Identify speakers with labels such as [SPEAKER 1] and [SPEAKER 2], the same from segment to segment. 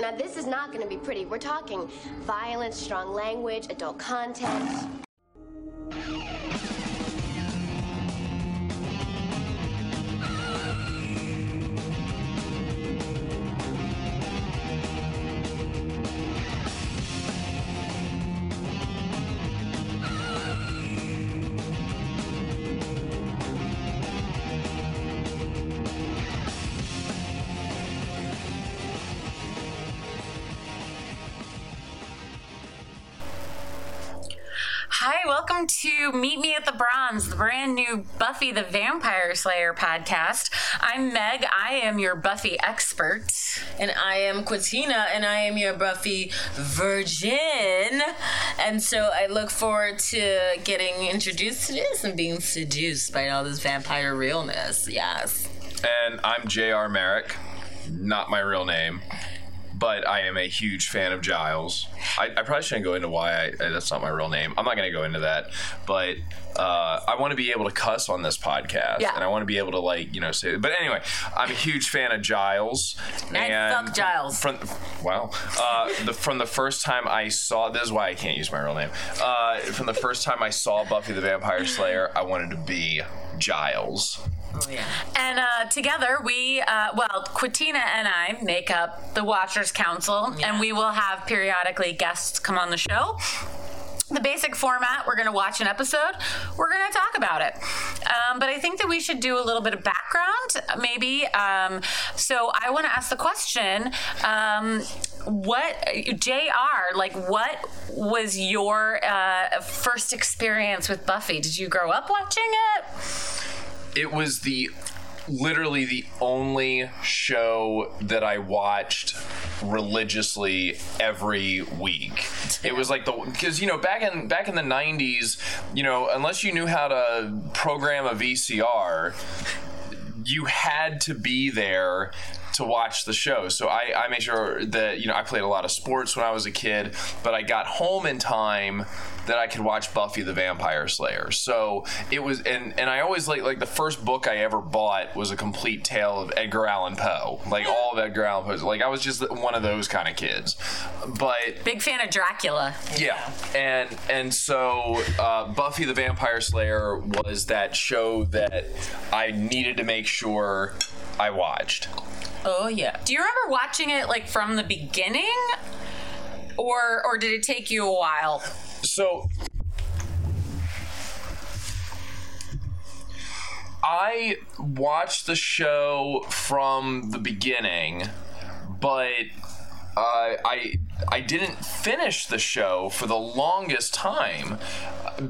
[SPEAKER 1] Now, this is not going to be pretty. We're talking violence, strong language, adult content.
[SPEAKER 2] Hi, welcome to Meet Me at the Bronze, the brand new Buffy the Vampire Slayer podcast. I'm Meg. I am your Buffy expert.
[SPEAKER 3] And I am Quatina, and I am your Buffy virgin. And so I look forward to getting introduced to this and being seduced by all this vampire realness. Yes.
[SPEAKER 4] And I'm J.R. Merrick, not my real name, but I am a huge fan of Giles. I, I probably shouldn't go into why I, I- that's not my real name. I'm not going to go into that, but uh, I want to be able to cuss on this podcast,
[SPEAKER 2] Yeah.
[SPEAKER 4] and I want to be able to like you know say. But anyway, I'm a huge fan of Giles. and
[SPEAKER 3] fuck Giles.
[SPEAKER 4] From wow, uh, the, from the first time I saw this is why I can't use my real name. Uh, from the first time I saw Buffy the Vampire Slayer, I wanted to be Giles.
[SPEAKER 3] Oh, yeah.
[SPEAKER 2] And uh, together we, uh, well, Quatina and I make up the Watchers Council, and we will have periodically guests come on the show. The basic format we're going to watch an episode, we're going to talk about it. Um, but I think that we should do a little bit of background, maybe. Um, so I want to ask the question um, what, JR, like, what was your uh, first experience with Buffy? Did you grow up watching it?
[SPEAKER 4] it was the literally the only show that I watched religiously every week. It was like the cuz you know back in back in the 90s, you know, unless you knew how to program a VCR, you had to be there to watch the show. So I, I made sure that, you know, I played a lot of sports when I was a kid, but I got home in time that I could watch Buffy the Vampire Slayer. So it was, and, and I always like, like the first book I ever bought was a complete tale of Edgar Allan Poe. Like all of Edgar Allan Poe's. Like I was just one of those kind of kids. But
[SPEAKER 2] Big fan of Dracula.
[SPEAKER 4] yeah, and and so uh, Buffy the Vampire Slayer was that show that I needed to make sure I watched.
[SPEAKER 3] Oh, yeah.
[SPEAKER 2] Do you remember watching it like from the beginning? Or or did it take you a while?
[SPEAKER 4] So I watched the show from the beginning, but uh, I I didn't finish the show for the longest time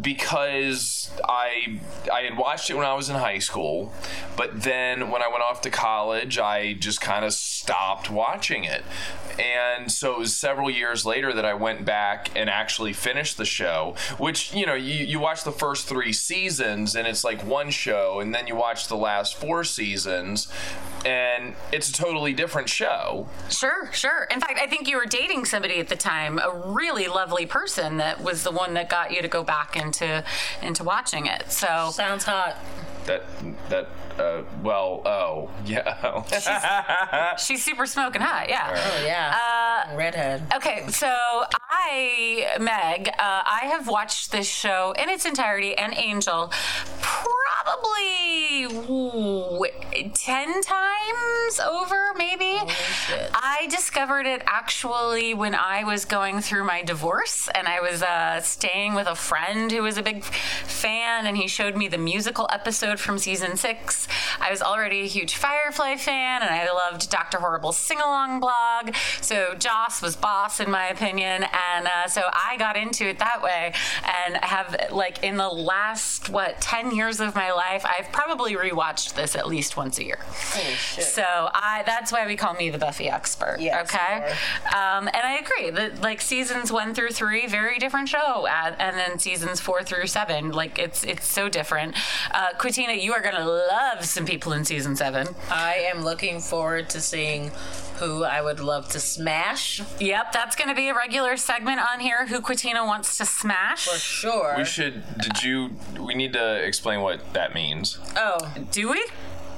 [SPEAKER 4] because I I had watched it when I was in high school, but then when I went off to college, I just kind of stopped watching it. And so it was several years later that I went back and actually finished the show, which, you know, you, you watch the first three seasons and it's like one show, and then you watch the last four seasons, and it's a totally different show.
[SPEAKER 2] Sure, sure. In fact, I think you were dating somebody at the time, a really lovely person that was the one that got you to go back into into watching it. So
[SPEAKER 3] Sounds hot.
[SPEAKER 4] That, that, uh, well, oh, yeah.
[SPEAKER 2] she's super smoking hot, yeah. Uh,
[SPEAKER 3] Oh, yeah. Redhead.
[SPEAKER 2] Okay, so I, Meg, uh, I have watched this show in its entirety and Angel probably ooh, 10 times over, maybe. I discovered it actually when I was going through my divorce and I was uh, staying with a friend who was a big fan and he showed me the musical episode from season six. I was already a huge Firefly fan and I loved Dr. Horrible's sing along blog. So Joss was boss, in my opinion. And uh, so I got into it that way and have, like, in the last, what, 10 years of my life, I've probably rewatched this at least once a year. So I that's why we call me the Buffy expert.
[SPEAKER 3] Yes,
[SPEAKER 2] okay.
[SPEAKER 3] you
[SPEAKER 2] Um, and I agree that like seasons one through three, very different show, uh, and then seasons four through seven, like it's it's so different. Uh, Quatina, you are gonna love some people in season seven.
[SPEAKER 3] I am looking forward to seeing who I would love to smash
[SPEAKER 2] Yep, that's gonna be a regular segment on here. Who Quatina wants to smash?
[SPEAKER 3] for sure.
[SPEAKER 4] we should, did you, we need to explain what that means.
[SPEAKER 3] oh,
[SPEAKER 2] Do we?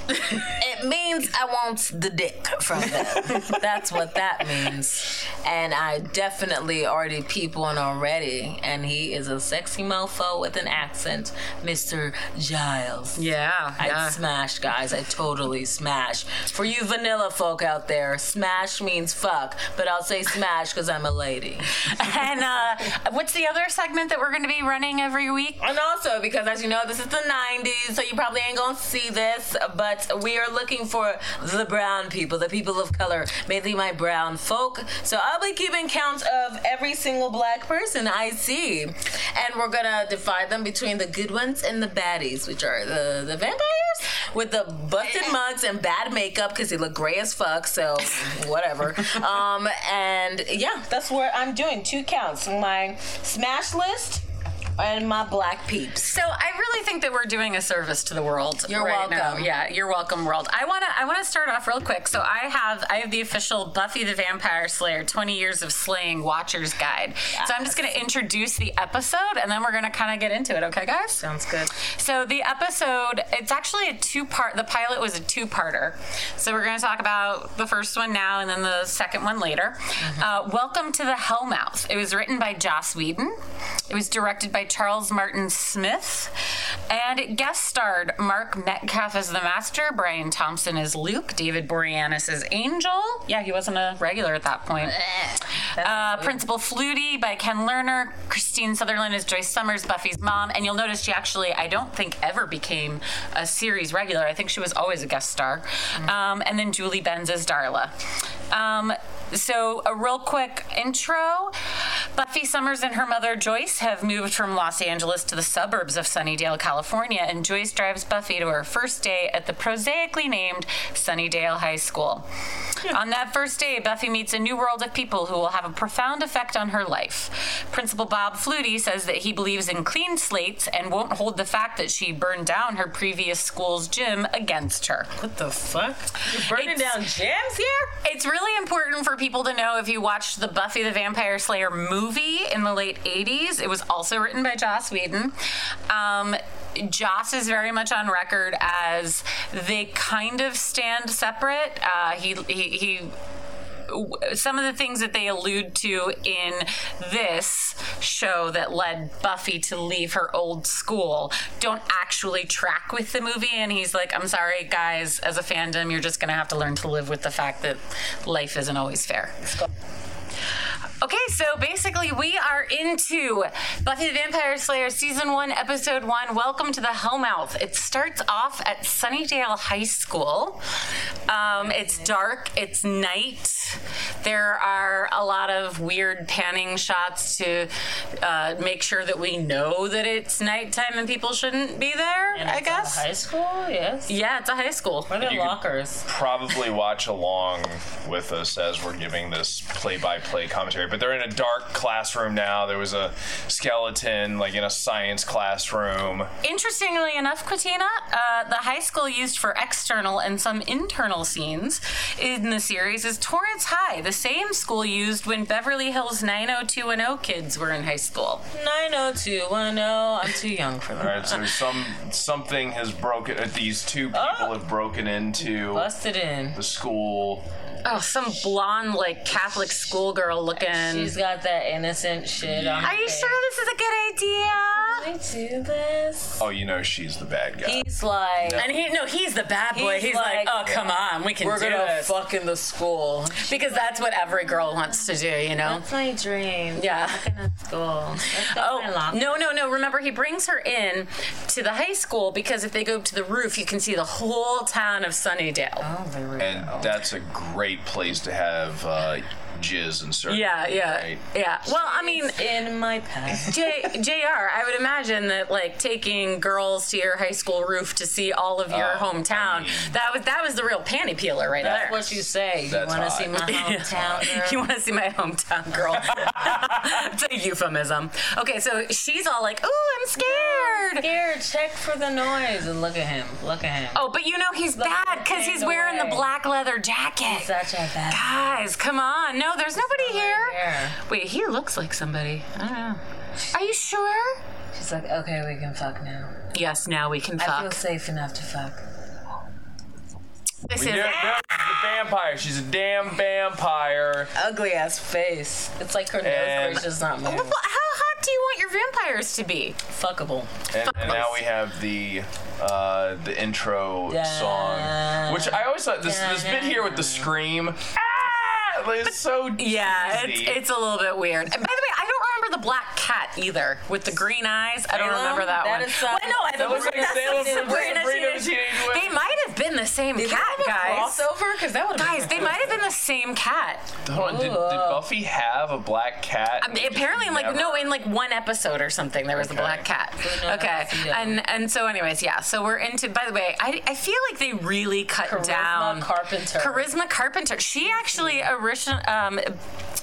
[SPEAKER 3] it means I want the dick from them. That's what that means. And I definitely already peep one already. And he is a sexy mofo with an accent, Mr. Giles.
[SPEAKER 2] Yeah,
[SPEAKER 3] I'd
[SPEAKER 2] yeah.
[SPEAKER 3] smash, guys. I totally smash. For you vanilla folk out there, smash means fuck, but I'll say smash because I'm a lady.
[SPEAKER 2] and uh, what's the other segment that we're going to be running every week?
[SPEAKER 3] And also, because as you know, this is the 90s, so you probably ain't gonna see this, but we are looking for the brown people, the people of color, mainly my brown folk. So I'll be keeping count of every single black person I see. And we're gonna divide them between the good ones and the baddies, which are the, the vampires with the busted mugs and bad makeup because they look gray as fuck, so whatever. um, and yeah, that's where I'm doing two counts my smash list and my black peeps.
[SPEAKER 2] So I really think that we're doing a service to the world.
[SPEAKER 3] You're
[SPEAKER 2] right now.
[SPEAKER 3] welcome.
[SPEAKER 2] Yeah, you're welcome, world. I wanna I wanna start off real quick. So I have I have the official Buffy the Vampire Slayer 20 Years of Slaying Watchers Guide. So I'm just gonna introduce the episode and then we're gonna kinda get into it, okay guys?
[SPEAKER 3] Sounds good.
[SPEAKER 2] So the episode, it's actually a two part. The pilot was a two parter. So we're going to talk about the first one now, and then the second one later. Uh, Welcome to the Hellmouth. It was written by Joss Whedon. It was directed by Charles Martin Smith, and it guest starred Mark Metcalf as the Master, Brian Thompson as Luke, David Boreanaz as Angel. Yeah, he wasn't a regular at that point. Uh, Principal Flutie by Ken Lerner. Christine Sutherland is Joyce Summers, Buffy's mom. And you'll notice she actually, I don't think, ever became a series regular. I think she was always a guest star. Um, and then Julie Benz as Darla. Um, so, a real quick intro Buffy Summers and her mother Joyce have moved from Los Angeles to the suburbs of Sunnydale, California, and Joyce drives Buffy to her first day at the prosaically named Sunnydale High School. On that first day, Buffy meets a new world of people who will have a profound effect on her life. Principal Bob Flutie says that he believes in clean slates and won't hold the fact that she burned down her previous school's gym against her.
[SPEAKER 3] What the fuck? You're burning
[SPEAKER 2] It's-
[SPEAKER 3] down jams here?
[SPEAKER 2] It's really important for people to know if you watched the Buffy the Vampire Slayer movie in the late 80s. It was also written by Joss Whedon. Um, Joss is very much on record as they kind of stand separate. Uh, he, he, he some of the things that they allude to in this show that led Buffy to leave her old school don't actually track with the movie. And he's like, I'm sorry, guys, as a fandom, you're just going to have to learn to live with the fact that life isn't always fair. Okay, so basically, we are into Buffy the Vampire Slayer season one, episode one. Welcome to the Hellmouth. It starts off at Sunnydale High School. Um, it's dark, it's night. There are a lot of weird panning shots to uh, make sure that we know that it's nighttime and people shouldn't be there, I guess.
[SPEAKER 3] High school, yes.
[SPEAKER 2] Yeah, it's a high school.
[SPEAKER 3] What are
[SPEAKER 4] You could-
[SPEAKER 3] lockers?
[SPEAKER 4] probably watch along with us as we're giving this play-by-play commentary. But they're in a dark classroom now. There was a skeleton, like in a science classroom.
[SPEAKER 2] Interestingly enough, Quatina, uh, the high school used for external and some internal scenes in the series is Torrance High, the same school used when Beverly Hills 90210 kids were in high school.
[SPEAKER 3] 90210. oh, I'm too young for
[SPEAKER 4] All
[SPEAKER 3] that.
[SPEAKER 4] right, so some something has broken. uh, These two people
[SPEAKER 3] Oh.
[SPEAKER 4] have broken into
[SPEAKER 3] Busted in.
[SPEAKER 4] the school.
[SPEAKER 2] Oh, some blonde, like Catholic schoolgirl looking.
[SPEAKER 3] She's got that innocent shit on.
[SPEAKER 2] Are you sure this is a good idea?
[SPEAKER 3] I do this.
[SPEAKER 4] Oh, you know she's the bad guy.
[SPEAKER 3] He's like,
[SPEAKER 2] And he, no, he's the bad boy.
[SPEAKER 3] He's
[SPEAKER 2] He's, like,
[SPEAKER 3] like,
[SPEAKER 2] oh, come on, we can
[SPEAKER 3] we're
[SPEAKER 2] do
[SPEAKER 3] gonna
[SPEAKER 2] this.
[SPEAKER 3] fuck in the school.
[SPEAKER 2] because that's what every girl wants to do, you know?
[SPEAKER 3] That's my dream.
[SPEAKER 2] Yeah.
[SPEAKER 3] School.
[SPEAKER 2] Oh, no, no, no. Remember, he brings her in to the high school because if they go up to the roof, you can see the whole town of Sunnydale.
[SPEAKER 3] Oh,
[SPEAKER 4] and that's a great place to have uh, jizz inserted.
[SPEAKER 2] Yeah, yeah,
[SPEAKER 4] right?
[SPEAKER 2] yeah. Well, I mean,
[SPEAKER 3] in my past.
[SPEAKER 2] J- JR, I would imagine that like taking girls to your high school roof to see all of your
[SPEAKER 4] Oh,
[SPEAKER 2] hometown,
[SPEAKER 4] I mean-
[SPEAKER 2] that was that was the real panty peeler right
[SPEAKER 3] That's
[SPEAKER 2] there.
[SPEAKER 3] what you say. You
[SPEAKER 4] That's
[SPEAKER 3] want to
[SPEAKER 4] hot.
[SPEAKER 3] see my hometown?
[SPEAKER 2] You
[SPEAKER 3] Girl?
[SPEAKER 2] want to see my hometown girl? it's a euphemism. Okay, so she's all like, "Ooh, I'm scared."
[SPEAKER 3] Here, check for the noise and look at him. Look at him.
[SPEAKER 2] Oh, but you know he's bad because he's
[SPEAKER 3] fade
[SPEAKER 2] wearing
[SPEAKER 3] away.
[SPEAKER 2] the black leather jacket.
[SPEAKER 3] Such a bad.
[SPEAKER 2] Guys, come on. No, there's nobody here.
[SPEAKER 3] here.
[SPEAKER 2] Wait, he looks like somebody. I don't know. Are you sure?
[SPEAKER 3] She's like, okay, we can fuck now.
[SPEAKER 2] Yes, now we can
[SPEAKER 3] I feel
[SPEAKER 2] fuck.
[SPEAKER 3] safe enough to fuck.
[SPEAKER 2] This
[SPEAKER 4] No,
[SPEAKER 2] is
[SPEAKER 4] no, she's a vampire. She's a damn vampire.
[SPEAKER 3] Ugly ass face. It's like her
[SPEAKER 4] And-
[SPEAKER 3] nose is just not
[SPEAKER 2] Well,
[SPEAKER 3] moving.
[SPEAKER 2] how hot do you want your vampires to be?
[SPEAKER 3] Fuckable.
[SPEAKER 4] And, and now we have the uh, the intro song, which I always thought this this bit here with the scream. Ah, is so
[SPEAKER 2] Yeah, it's,
[SPEAKER 4] cheesy.
[SPEAKER 2] it's a little bit weird. And by the way, I don't remember the black cat either with the green eyes. I don't
[SPEAKER 3] Salem?
[SPEAKER 2] remember that,
[SPEAKER 3] That
[SPEAKER 2] one.
[SPEAKER 3] is, um,
[SPEAKER 2] Well, no, I
[SPEAKER 3] that
[SPEAKER 2] don't
[SPEAKER 4] looks like
[SPEAKER 2] remember-
[SPEAKER 4] Salem
[SPEAKER 2] that's
[SPEAKER 4] from
[SPEAKER 2] Sabrina
[SPEAKER 4] Sabrina
[SPEAKER 2] Teenage-
[SPEAKER 4] Teenage Witch.
[SPEAKER 2] They might have been the same cat, guys.
[SPEAKER 3] Crossover? Because that would
[SPEAKER 2] Guys, they might have been the same cat.
[SPEAKER 4] Hold on, did, did Buffy have a black cat?
[SPEAKER 2] I mean, apparently, in like
[SPEAKER 4] Never.
[SPEAKER 2] no, in like one episode or something, there was the
[SPEAKER 4] Okay.
[SPEAKER 2] black cat.
[SPEAKER 3] no,
[SPEAKER 2] okay,
[SPEAKER 3] that's- yeah.
[SPEAKER 2] and and so, anyways, yeah. So we're into. By the way, I, I feel like they really cut
[SPEAKER 3] Charisma
[SPEAKER 2] down
[SPEAKER 3] Carpenter.
[SPEAKER 2] Charisma Carpenter. She actually originally. Um,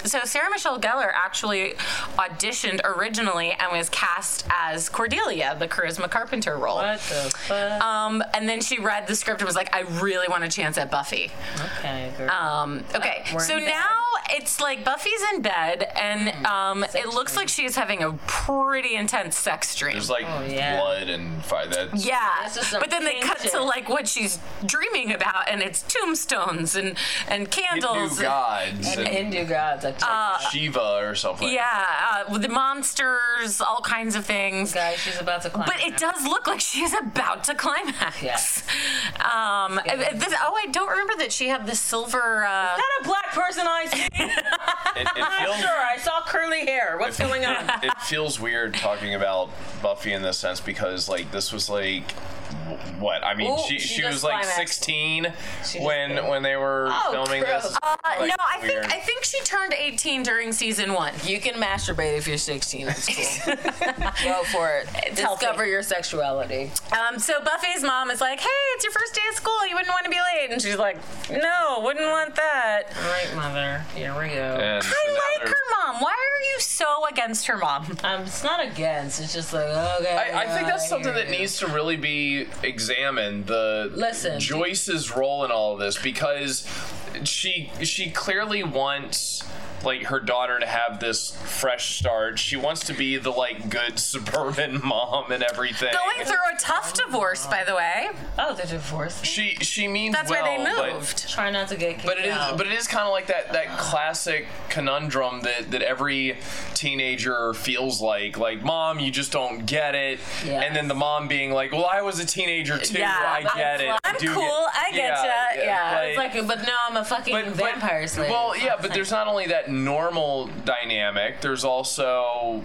[SPEAKER 2] so Sarah Michelle Gellar actually auditioned originally and was cast as Cordelia, the Charisma Carpenter role.
[SPEAKER 3] What the fuck?
[SPEAKER 2] Um, and then she read the script and was like, "I really want a chance at Buffy."
[SPEAKER 3] okay, girl.
[SPEAKER 2] Um, okay,
[SPEAKER 3] we're
[SPEAKER 2] so
[SPEAKER 3] in bed. Mm-hmm.
[SPEAKER 2] now it's like Buffy's in bed, and um, it looks like she is having a pretty intense sex dream.
[SPEAKER 4] There's like
[SPEAKER 3] yeah.
[SPEAKER 4] blood and fire. That's
[SPEAKER 2] Oh, yeah,
[SPEAKER 3] This is some
[SPEAKER 2] but then they
[SPEAKER 3] king
[SPEAKER 2] cut to
[SPEAKER 3] shit.
[SPEAKER 2] like what she's dreaming about, and it's tombstones and and
[SPEAKER 4] new
[SPEAKER 2] candles.
[SPEAKER 4] gods and,
[SPEAKER 3] Hindu gods. I checked.
[SPEAKER 4] Shiva or something.
[SPEAKER 2] uh, yeah, uh, with the monsters, all kinds of things.
[SPEAKER 3] Guys, she's about to climb.
[SPEAKER 2] But it does look like she is about to climax.
[SPEAKER 3] Yes.
[SPEAKER 2] Um, this- oh, I don't remember that she had the silver. Uh,
[SPEAKER 3] Not a black person I see.
[SPEAKER 4] It, it
[SPEAKER 3] I'm
[SPEAKER 4] feels
[SPEAKER 3] sure I saw curly hair. What's going on?
[SPEAKER 4] it feels weird talking about Buffy in this sense because like this was like w- what I mean
[SPEAKER 3] Ooh,
[SPEAKER 4] she,
[SPEAKER 3] she
[SPEAKER 4] she
[SPEAKER 3] just
[SPEAKER 4] was like
[SPEAKER 3] climaxed.
[SPEAKER 4] 16
[SPEAKER 3] just
[SPEAKER 4] when
[SPEAKER 3] climaxed.
[SPEAKER 4] when they were
[SPEAKER 3] Oh,
[SPEAKER 4] filming
[SPEAKER 3] gross.
[SPEAKER 4] this.
[SPEAKER 2] uh,
[SPEAKER 4] Like,
[SPEAKER 2] no, I
[SPEAKER 4] weird.
[SPEAKER 2] think I think she turned 18 during season one.
[SPEAKER 3] You can masturbate if you're 16. It's cool. Go for it. Discover
[SPEAKER 2] healthy.
[SPEAKER 3] your sexuality.
[SPEAKER 2] Um, so Buffy's mom is like, "Hey, it's your first day of school. You wouldn't want to be late." And she's like, "No, wouldn't want that."
[SPEAKER 3] All right, mother. Here we go.
[SPEAKER 4] And so now
[SPEAKER 2] I like
[SPEAKER 4] they're-
[SPEAKER 2] her mom. Why are you so against her mom?
[SPEAKER 3] Um, it's not against. It's just like okay.
[SPEAKER 4] I, I think
[SPEAKER 3] yeah,
[SPEAKER 4] that's something
[SPEAKER 3] here
[SPEAKER 4] that
[SPEAKER 3] you
[SPEAKER 4] needs to really be examined. The
[SPEAKER 3] Listen.
[SPEAKER 4] Joyce's role in all of this because she she clearly wants like her daughter to have this fresh start. She wants to be the like good suburban mom and everything.
[SPEAKER 2] Going through a tough divorce, by the way.
[SPEAKER 3] go. Oh, they're divorced.
[SPEAKER 4] she she means
[SPEAKER 2] That's
[SPEAKER 4] well,
[SPEAKER 2] why they
[SPEAKER 4] but-
[SPEAKER 2] moved.
[SPEAKER 3] Try not to get kicked
[SPEAKER 4] But it is,
[SPEAKER 3] out.
[SPEAKER 4] but it is kind of like that that classic conundrum that that every teenager feels like, like mom, you just don't get it,
[SPEAKER 3] Yes.
[SPEAKER 4] and then the mom being like, well, I was a teenager too,
[SPEAKER 2] Yeah,
[SPEAKER 4] I get it,
[SPEAKER 2] I'm
[SPEAKER 4] I do
[SPEAKER 2] cool, I get ya, yeah,
[SPEAKER 3] it's like, but no, I'm a fucking vampire slayer.
[SPEAKER 4] Well, yeah, but there's not only that normal dynamic. There's also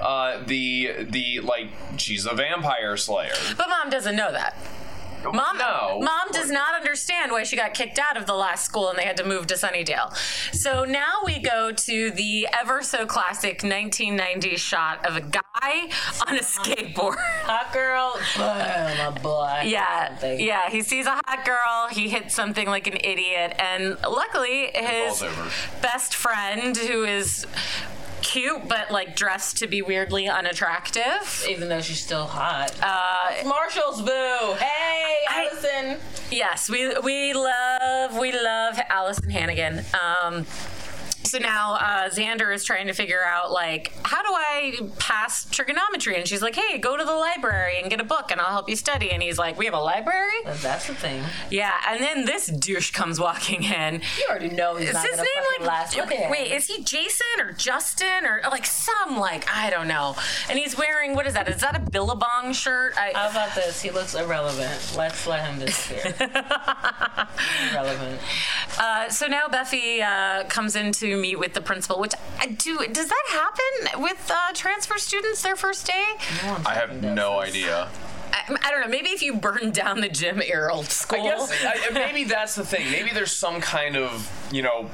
[SPEAKER 4] uh, the the like she's a vampire slayer.
[SPEAKER 2] But mom doesn't know that. Mom,
[SPEAKER 4] no,
[SPEAKER 2] mom does not understand why she got kicked out of the last school and they had to move to Sunnydale. So now we go to the ever so classic 1990 shot of a guy on a skateboard.
[SPEAKER 3] hot girl. Boom, a boy.
[SPEAKER 2] Yeah,
[SPEAKER 3] Something.
[SPEAKER 2] yeah. He sees a hot girl. He hits something like an idiot, and luckily his
[SPEAKER 4] ball's over.
[SPEAKER 2] best friend, who is cute but like dressed to be weirdly unattractive.
[SPEAKER 3] Even though she's still hot. Uh, Marshall's boo. Hey,
[SPEAKER 2] I-
[SPEAKER 3] Allison.
[SPEAKER 2] Yes, we we love we love Allison Hannigan. Um, so now uh, Xander is trying to figure out like how do I pass trigonometry, and she's like, hey, go to the library and get a book, and I'll help you study. And he's like, we have a library?
[SPEAKER 3] That's the thing.
[SPEAKER 2] Yeah. And then this douche comes walking in.
[SPEAKER 3] You already know he's
[SPEAKER 2] Is
[SPEAKER 3] not
[SPEAKER 2] his
[SPEAKER 3] gonna
[SPEAKER 2] name
[SPEAKER 3] fucking
[SPEAKER 2] like
[SPEAKER 3] last. Look at him.
[SPEAKER 2] wait? Is he Jason or Justin or like some like I don't know? And he's wearing what is that? Is that a Billabong shirt?
[SPEAKER 3] How
[SPEAKER 2] I,
[SPEAKER 3] about this? He looks irrelevant. Let's let him disappear. irrelevant.
[SPEAKER 2] uh, so now Buffy uh, comes in to meet with the principal. Which I do does that happen with uh, transfer students their first day?
[SPEAKER 3] Oh,
[SPEAKER 4] I have no idea.
[SPEAKER 2] I, I don't know. Maybe if you burn down the gym at your old school.
[SPEAKER 4] I guess I, maybe that's the thing. Maybe there's some kind of you know.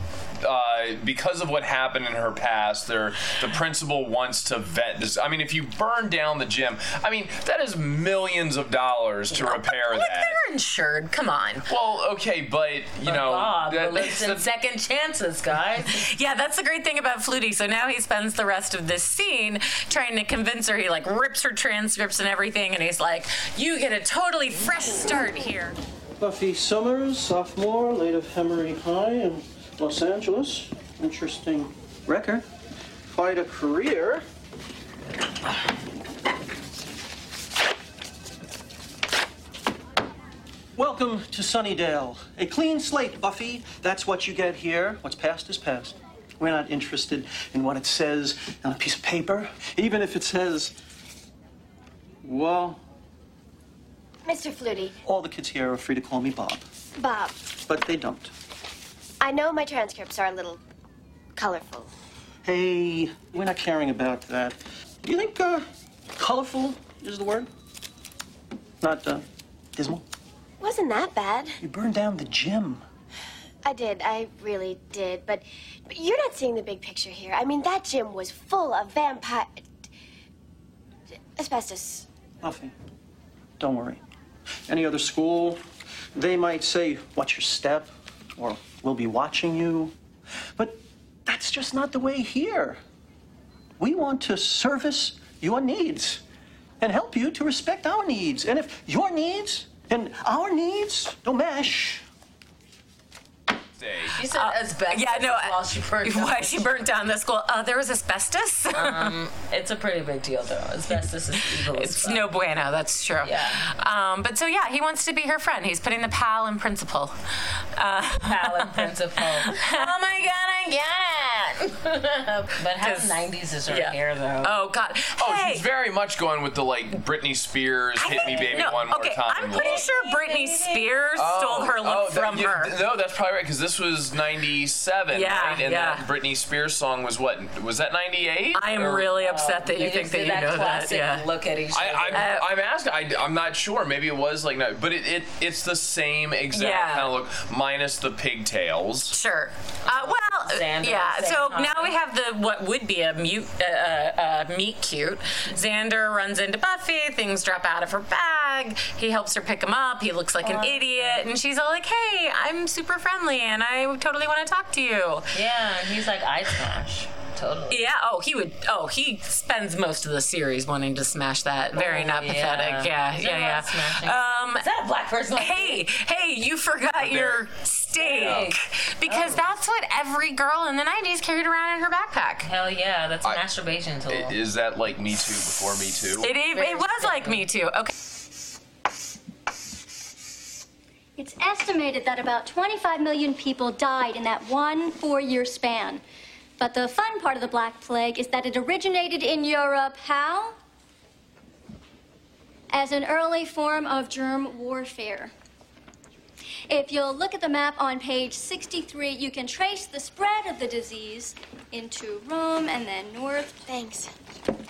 [SPEAKER 4] Uh, because of what happened in her past, there the principal wants to vet this. I mean, if you burn down the gym, I mean that is millions of dollars to repair
[SPEAKER 2] Like
[SPEAKER 4] that.
[SPEAKER 2] they're insured. Come on.
[SPEAKER 4] Well, okay, but you know,
[SPEAKER 3] Bob
[SPEAKER 4] that-
[SPEAKER 3] believes in
[SPEAKER 4] that's-
[SPEAKER 3] second chances, guys.
[SPEAKER 2] Yeah, that's the great thing about Flutie. So now he spends the rest of this scene trying to convince her. He like rips her transcripts and everything, and he's like, "You get a totally fresh start here."
[SPEAKER 5] Buffy Summers, sophomore, late of Hemery High in Los Angeles. Interesting record. Quite a career. Welcome to Sunnydale. A clean slate, Buffy. That's what you get here. What's past is past. We're not interested in what it says on a piece of paper, even if it says, well,
[SPEAKER 1] Mr. Flutie,
[SPEAKER 5] all the kids here are free to call me Bob,
[SPEAKER 1] Bob,
[SPEAKER 5] but they don't.
[SPEAKER 1] I know my transcripts are a little colorful.
[SPEAKER 5] Hey, we're not caring about that. Do you think uh, colorful is the word? Not uh, dismal?
[SPEAKER 1] Wasn't that bad?
[SPEAKER 5] You burned down the gym.
[SPEAKER 1] I did. I really did. But, but you're not seeing the big picture here. I mean, that gym was full of vampire. asbestos.
[SPEAKER 5] Nothing. Don't worry. Any other school, they might say, watch your step, or we'll be watching you. But that's just not the way here. We want to service your needs and help you to respect our needs. And if your needs and our needs don't mesh,
[SPEAKER 4] Say,
[SPEAKER 3] You said asbestos
[SPEAKER 2] Uh, Yeah, no.
[SPEAKER 3] while she burned down-
[SPEAKER 2] Why she burnt down the Oh, school? Uh, there was asbestos.
[SPEAKER 3] It's a pretty big deal, though. Asbestos is evil. as
[SPEAKER 2] it's
[SPEAKER 3] fuck.
[SPEAKER 2] no bueno. That's true.
[SPEAKER 3] Yeah.
[SPEAKER 2] Um, but so yeah, he wants to be her friend. He's putting the pal in principal. Uh,
[SPEAKER 3] pal in principle. oh my god, I get it. but how
[SPEAKER 2] 'Cause-
[SPEAKER 3] 90s is her
[SPEAKER 2] yeah.
[SPEAKER 3] hair though?
[SPEAKER 2] oh God.
[SPEAKER 4] Oh,
[SPEAKER 2] hey.
[SPEAKER 4] she's very much going with the like Britney Spears
[SPEAKER 2] I
[SPEAKER 4] "Hit Me,
[SPEAKER 2] think-
[SPEAKER 4] Baby,
[SPEAKER 2] no,
[SPEAKER 4] One More
[SPEAKER 2] okay,
[SPEAKER 4] Time."
[SPEAKER 2] I'm pretty
[SPEAKER 4] look.
[SPEAKER 2] sure Britney Spears stole her look
[SPEAKER 4] oh, that-
[SPEAKER 2] from
[SPEAKER 4] yeah,
[SPEAKER 2] her.
[SPEAKER 4] th- No, that's probably right because this was '97,
[SPEAKER 2] Yeah,
[SPEAKER 4] right? And
[SPEAKER 2] yeah.
[SPEAKER 4] that Britney Spears song was what? Was that '98?
[SPEAKER 2] I am really upset that you
[SPEAKER 3] They
[SPEAKER 2] think
[SPEAKER 3] just
[SPEAKER 2] that
[SPEAKER 3] did
[SPEAKER 2] you know that.
[SPEAKER 3] classic
[SPEAKER 2] Yeah.
[SPEAKER 3] Look at each other.
[SPEAKER 4] I, I'm,
[SPEAKER 2] Uh,
[SPEAKER 4] I'm asked. I, am not sure. Maybe it was like, no, but it, it it's the same exact
[SPEAKER 2] Yeah.
[SPEAKER 4] kind of look, minus the pigtails.
[SPEAKER 2] Sure. Uh, well,
[SPEAKER 3] Xander
[SPEAKER 2] yeah.
[SPEAKER 3] and
[SPEAKER 2] So
[SPEAKER 3] Xander.
[SPEAKER 2] now we have the what would be a mute, uh, uh, uh, meet cute. Xander runs into Buffy. Things drop out of her bag. He helps her pick him up. He looks like an idiot, and she's all like, "Hey, I'm super friendly, and I totally want to talk to you."
[SPEAKER 3] yeah, and he's like I smash. Totally.
[SPEAKER 2] Yeah. Oh, he would. Oh, he spends most of the series wanting to smash that. Very
[SPEAKER 3] Oh,
[SPEAKER 2] not
[SPEAKER 3] yeah.
[SPEAKER 2] pathetic. Yeah.
[SPEAKER 3] Is there a lot
[SPEAKER 2] yeah.
[SPEAKER 3] of smashing?
[SPEAKER 2] Yeah. Um,
[SPEAKER 3] Is that a black person?
[SPEAKER 2] hey, hey, you forgot your steak. Because that's what every girl in the 90s carried around in her backpack.
[SPEAKER 3] Hell yeah, that's a
[SPEAKER 4] I-
[SPEAKER 3] masturbation tool.
[SPEAKER 4] I- Is that like Me Too before Me Too?
[SPEAKER 2] It, it, it was like me too. Okay.
[SPEAKER 6] It's estimated that about 25 million people died in that one four year span. But the fun part of the Black Plague is that it originated in Europe how? As an early form of germ warfare. If you'll look at the map on page 63, you can trace the spread of the disease into Rome and then north.
[SPEAKER 1] Thanks.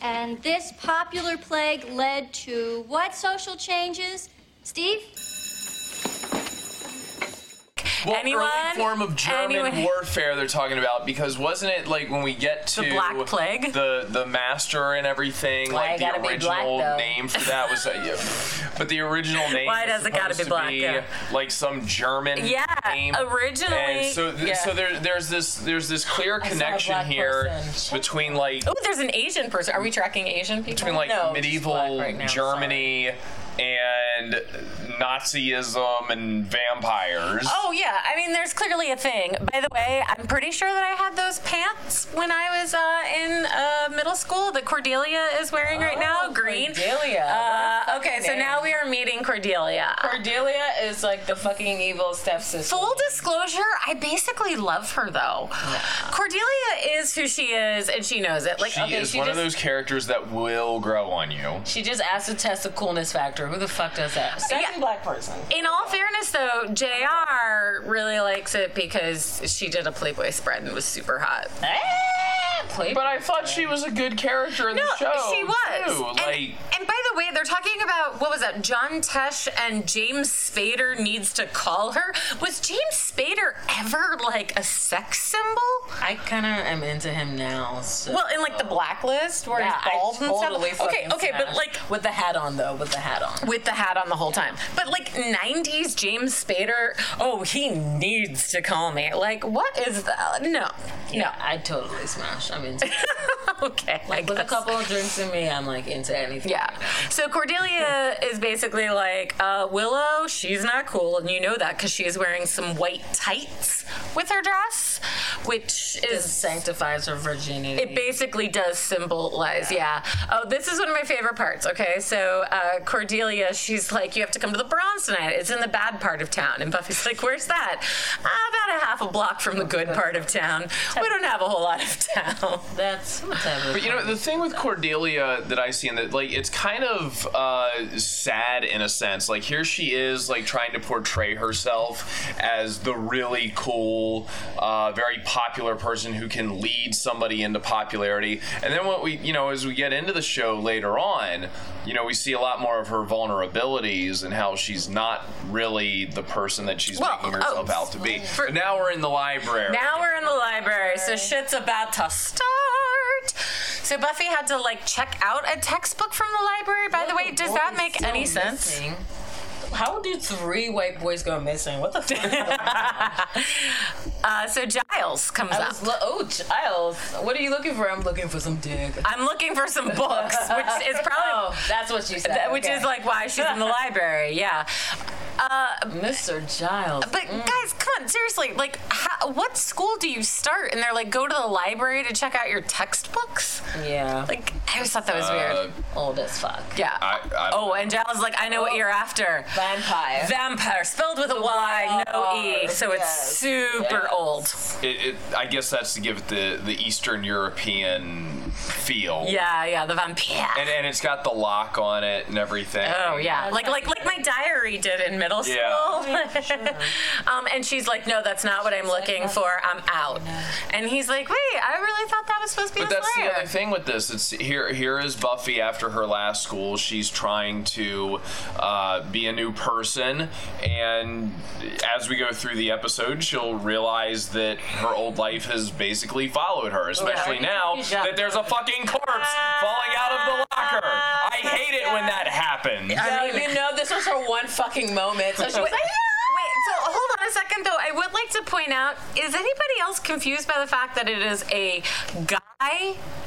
[SPEAKER 6] And this popular plague led to what social changes? Steve?
[SPEAKER 4] Well,
[SPEAKER 2] Anyone?
[SPEAKER 4] early form of German
[SPEAKER 2] Anyone?
[SPEAKER 4] warfare they're talking about because wasn't it like when we get to
[SPEAKER 2] The Black Plague?
[SPEAKER 4] the the master and everything,
[SPEAKER 3] Why
[SPEAKER 4] like
[SPEAKER 3] it gotta
[SPEAKER 4] the
[SPEAKER 3] be
[SPEAKER 4] original
[SPEAKER 3] black, though?
[SPEAKER 4] name for that was, uh, yeah. but the original name
[SPEAKER 2] Why
[SPEAKER 4] was
[SPEAKER 2] does it gotta be
[SPEAKER 4] supposed to
[SPEAKER 2] black, yeah.
[SPEAKER 4] Like some German
[SPEAKER 2] Yeah,
[SPEAKER 4] name.
[SPEAKER 2] originally-
[SPEAKER 4] And so th-
[SPEAKER 2] yeah.
[SPEAKER 4] so there, there's this there's this clear connection
[SPEAKER 3] black
[SPEAKER 4] here
[SPEAKER 3] person.
[SPEAKER 4] between like
[SPEAKER 2] Oh, there's an Asian person. Are we tracking Asian people?
[SPEAKER 4] between like
[SPEAKER 3] No, she's
[SPEAKER 4] medieval
[SPEAKER 3] black right now,
[SPEAKER 4] Germany and Nazism and vampires.
[SPEAKER 2] Oh yeah, I mean, there's clearly a thing. By the way, I'm pretty sure that I had those pants when I was uh, in uh, middle school that Cordelia is wearing right now,
[SPEAKER 3] Oh,
[SPEAKER 2] green.
[SPEAKER 3] Cordelia.
[SPEAKER 2] Uh, okay, so
[SPEAKER 3] name.
[SPEAKER 2] now we are meeting Cordelia.
[SPEAKER 3] Uh, Cordelia is like the fucking evil stepsister.
[SPEAKER 2] Full disclosure, I basically love her though. Cordelia is who she is, and she knows it. Like,
[SPEAKER 4] She
[SPEAKER 3] okay,
[SPEAKER 4] is
[SPEAKER 3] she
[SPEAKER 4] one of
[SPEAKER 3] just-
[SPEAKER 4] those characters that will grow on you.
[SPEAKER 3] She just asked to test the coolness factor. Who the fuck does that? Sexy
[SPEAKER 2] Yeah.
[SPEAKER 3] black person.
[SPEAKER 2] in all fairness, though, Jr. really likes it because she did a Playboy spread and was super hot.
[SPEAKER 4] Eh,
[SPEAKER 3] Ah, Playboy.
[SPEAKER 4] But I thought she was a good character in
[SPEAKER 2] No,
[SPEAKER 4] the show.
[SPEAKER 2] she was.
[SPEAKER 4] Too.
[SPEAKER 2] And,
[SPEAKER 4] Like,
[SPEAKER 2] and by the way, they're talking about what was that? John Tesh and James Spader needs to call her. Was James Spader ever like a sex symbol?
[SPEAKER 3] I kind of am into him now. So.
[SPEAKER 2] Well, in like the blacklist where
[SPEAKER 3] Yeah,
[SPEAKER 2] he's bald
[SPEAKER 3] I
[SPEAKER 2] and
[SPEAKER 3] totally
[SPEAKER 2] stuff. Okay,
[SPEAKER 3] fucking
[SPEAKER 2] okay, but
[SPEAKER 3] smashed.
[SPEAKER 2] like
[SPEAKER 3] with the hat on though, with the hat on.
[SPEAKER 2] with the hat on the whole time. But like 90s James Spader, oh, he needs to call me. Like, what is that? No, no.
[SPEAKER 3] I totally smashed. I'm into. it.
[SPEAKER 2] okay. I
[SPEAKER 3] Like with a
[SPEAKER 2] guess.
[SPEAKER 3] couple of drinks in me, I'm like into anything.
[SPEAKER 2] Yeah. So Cordelia is basically like uh, Willow. She's not cool, and you know that because she is wearing some white tights with her dress, which
[SPEAKER 3] It
[SPEAKER 2] is
[SPEAKER 3] sanctifies her virginity.
[SPEAKER 2] it basically does symbolize, yeah. Oh, this is one of my favorite parts, okay? So, uh, Cordelia, she's like, You have to come to the bronze tonight. It's in the bad part of town. And Buffy's like, Where's that? "Ah, about a half a block from the good part of town. We don't have a whole lot of town.
[SPEAKER 3] That's whatever.
[SPEAKER 4] But you know the thing with Cordelia that I see in that like it's kind of uh, sad in a sense. Like here she is like trying to portray herself as the really cool, uh, very popular person who can lead somebody into popularity. And then what we you know as we get into the show later on, you know we see a lot more of her vulnerabilities and how she's not really the person that she's
[SPEAKER 2] Well,
[SPEAKER 4] making herself
[SPEAKER 2] oh,
[SPEAKER 4] out to be. But now we're in the library.
[SPEAKER 2] Now we're in the library, so shit's about to start. So Buffy had to like check out a textbook from the library. By the way, does
[SPEAKER 3] Boy
[SPEAKER 2] that
[SPEAKER 3] is
[SPEAKER 2] make
[SPEAKER 3] still
[SPEAKER 2] any sense?
[SPEAKER 3] missing. How do three white boys go missing? What the fuck?
[SPEAKER 2] Uh, so Giles comes
[SPEAKER 3] I
[SPEAKER 2] up.
[SPEAKER 3] was lo- oh, Giles. What are you looking for? I'm looking for some dick.
[SPEAKER 2] I'm looking for some books, which is probably
[SPEAKER 3] Oh, that's what you said.
[SPEAKER 2] that- which
[SPEAKER 3] okay.
[SPEAKER 2] is like why she's in the library. Yeah. Uh,
[SPEAKER 3] Mr. Giles.
[SPEAKER 2] but guys, come on, seriously. Like, how, what school do you start? And they're like, go to the library to check out your textbooks.
[SPEAKER 3] yeah, like
[SPEAKER 2] Like, I always thought that was
[SPEAKER 4] Uh,
[SPEAKER 2] weird.
[SPEAKER 3] old as fuck.
[SPEAKER 2] Yeah.
[SPEAKER 4] I- I don't
[SPEAKER 2] oh, and Giles is like, I know what you're after.
[SPEAKER 3] Vampire.
[SPEAKER 2] Vampire, spelled with a Y, no E. So it's
[SPEAKER 3] Yes.
[SPEAKER 2] super
[SPEAKER 3] Yes.
[SPEAKER 2] old.
[SPEAKER 4] It, it, I guess that's to give it the, the Eastern European feel.
[SPEAKER 2] Yeah, yeah, the vampire.
[SPEAKER 4] And, and it's got the lock on it and everything.
[SPEAKER 2] Oh yeah, like like like my diary did in middle school.
[SPEAKER 4] Yeah.
[SPEAKER 2] um, and she's like, "No, that's not what I'm looking for. I'm out." And he's like, "Wait, I really thought that was supposed to be
[SPEAKER 4] But
[SPEAKER 2] the
[SPEAKER 4] that's
[SPEAKER 2] Slayer."
[SPEAKER 4] the other thing with this. It's here. Here is Buffy after her last school. She's trying to uh, be a new person, and as we go through the episode, she'll realize that her old life has basically followed her. Especially now that there's a fucking corpse falling out of the locker. I hate it when that happens.
[SPEAKER 3] I mean, you know, this was her one fucking moment. So she was
[SPEAKER 2] Wait,
[SPEAKER 3] like,
[SPEAKER 2] wait, so hold on a second though. I would like to point out: is anybody else confused by the fact that it is a guy?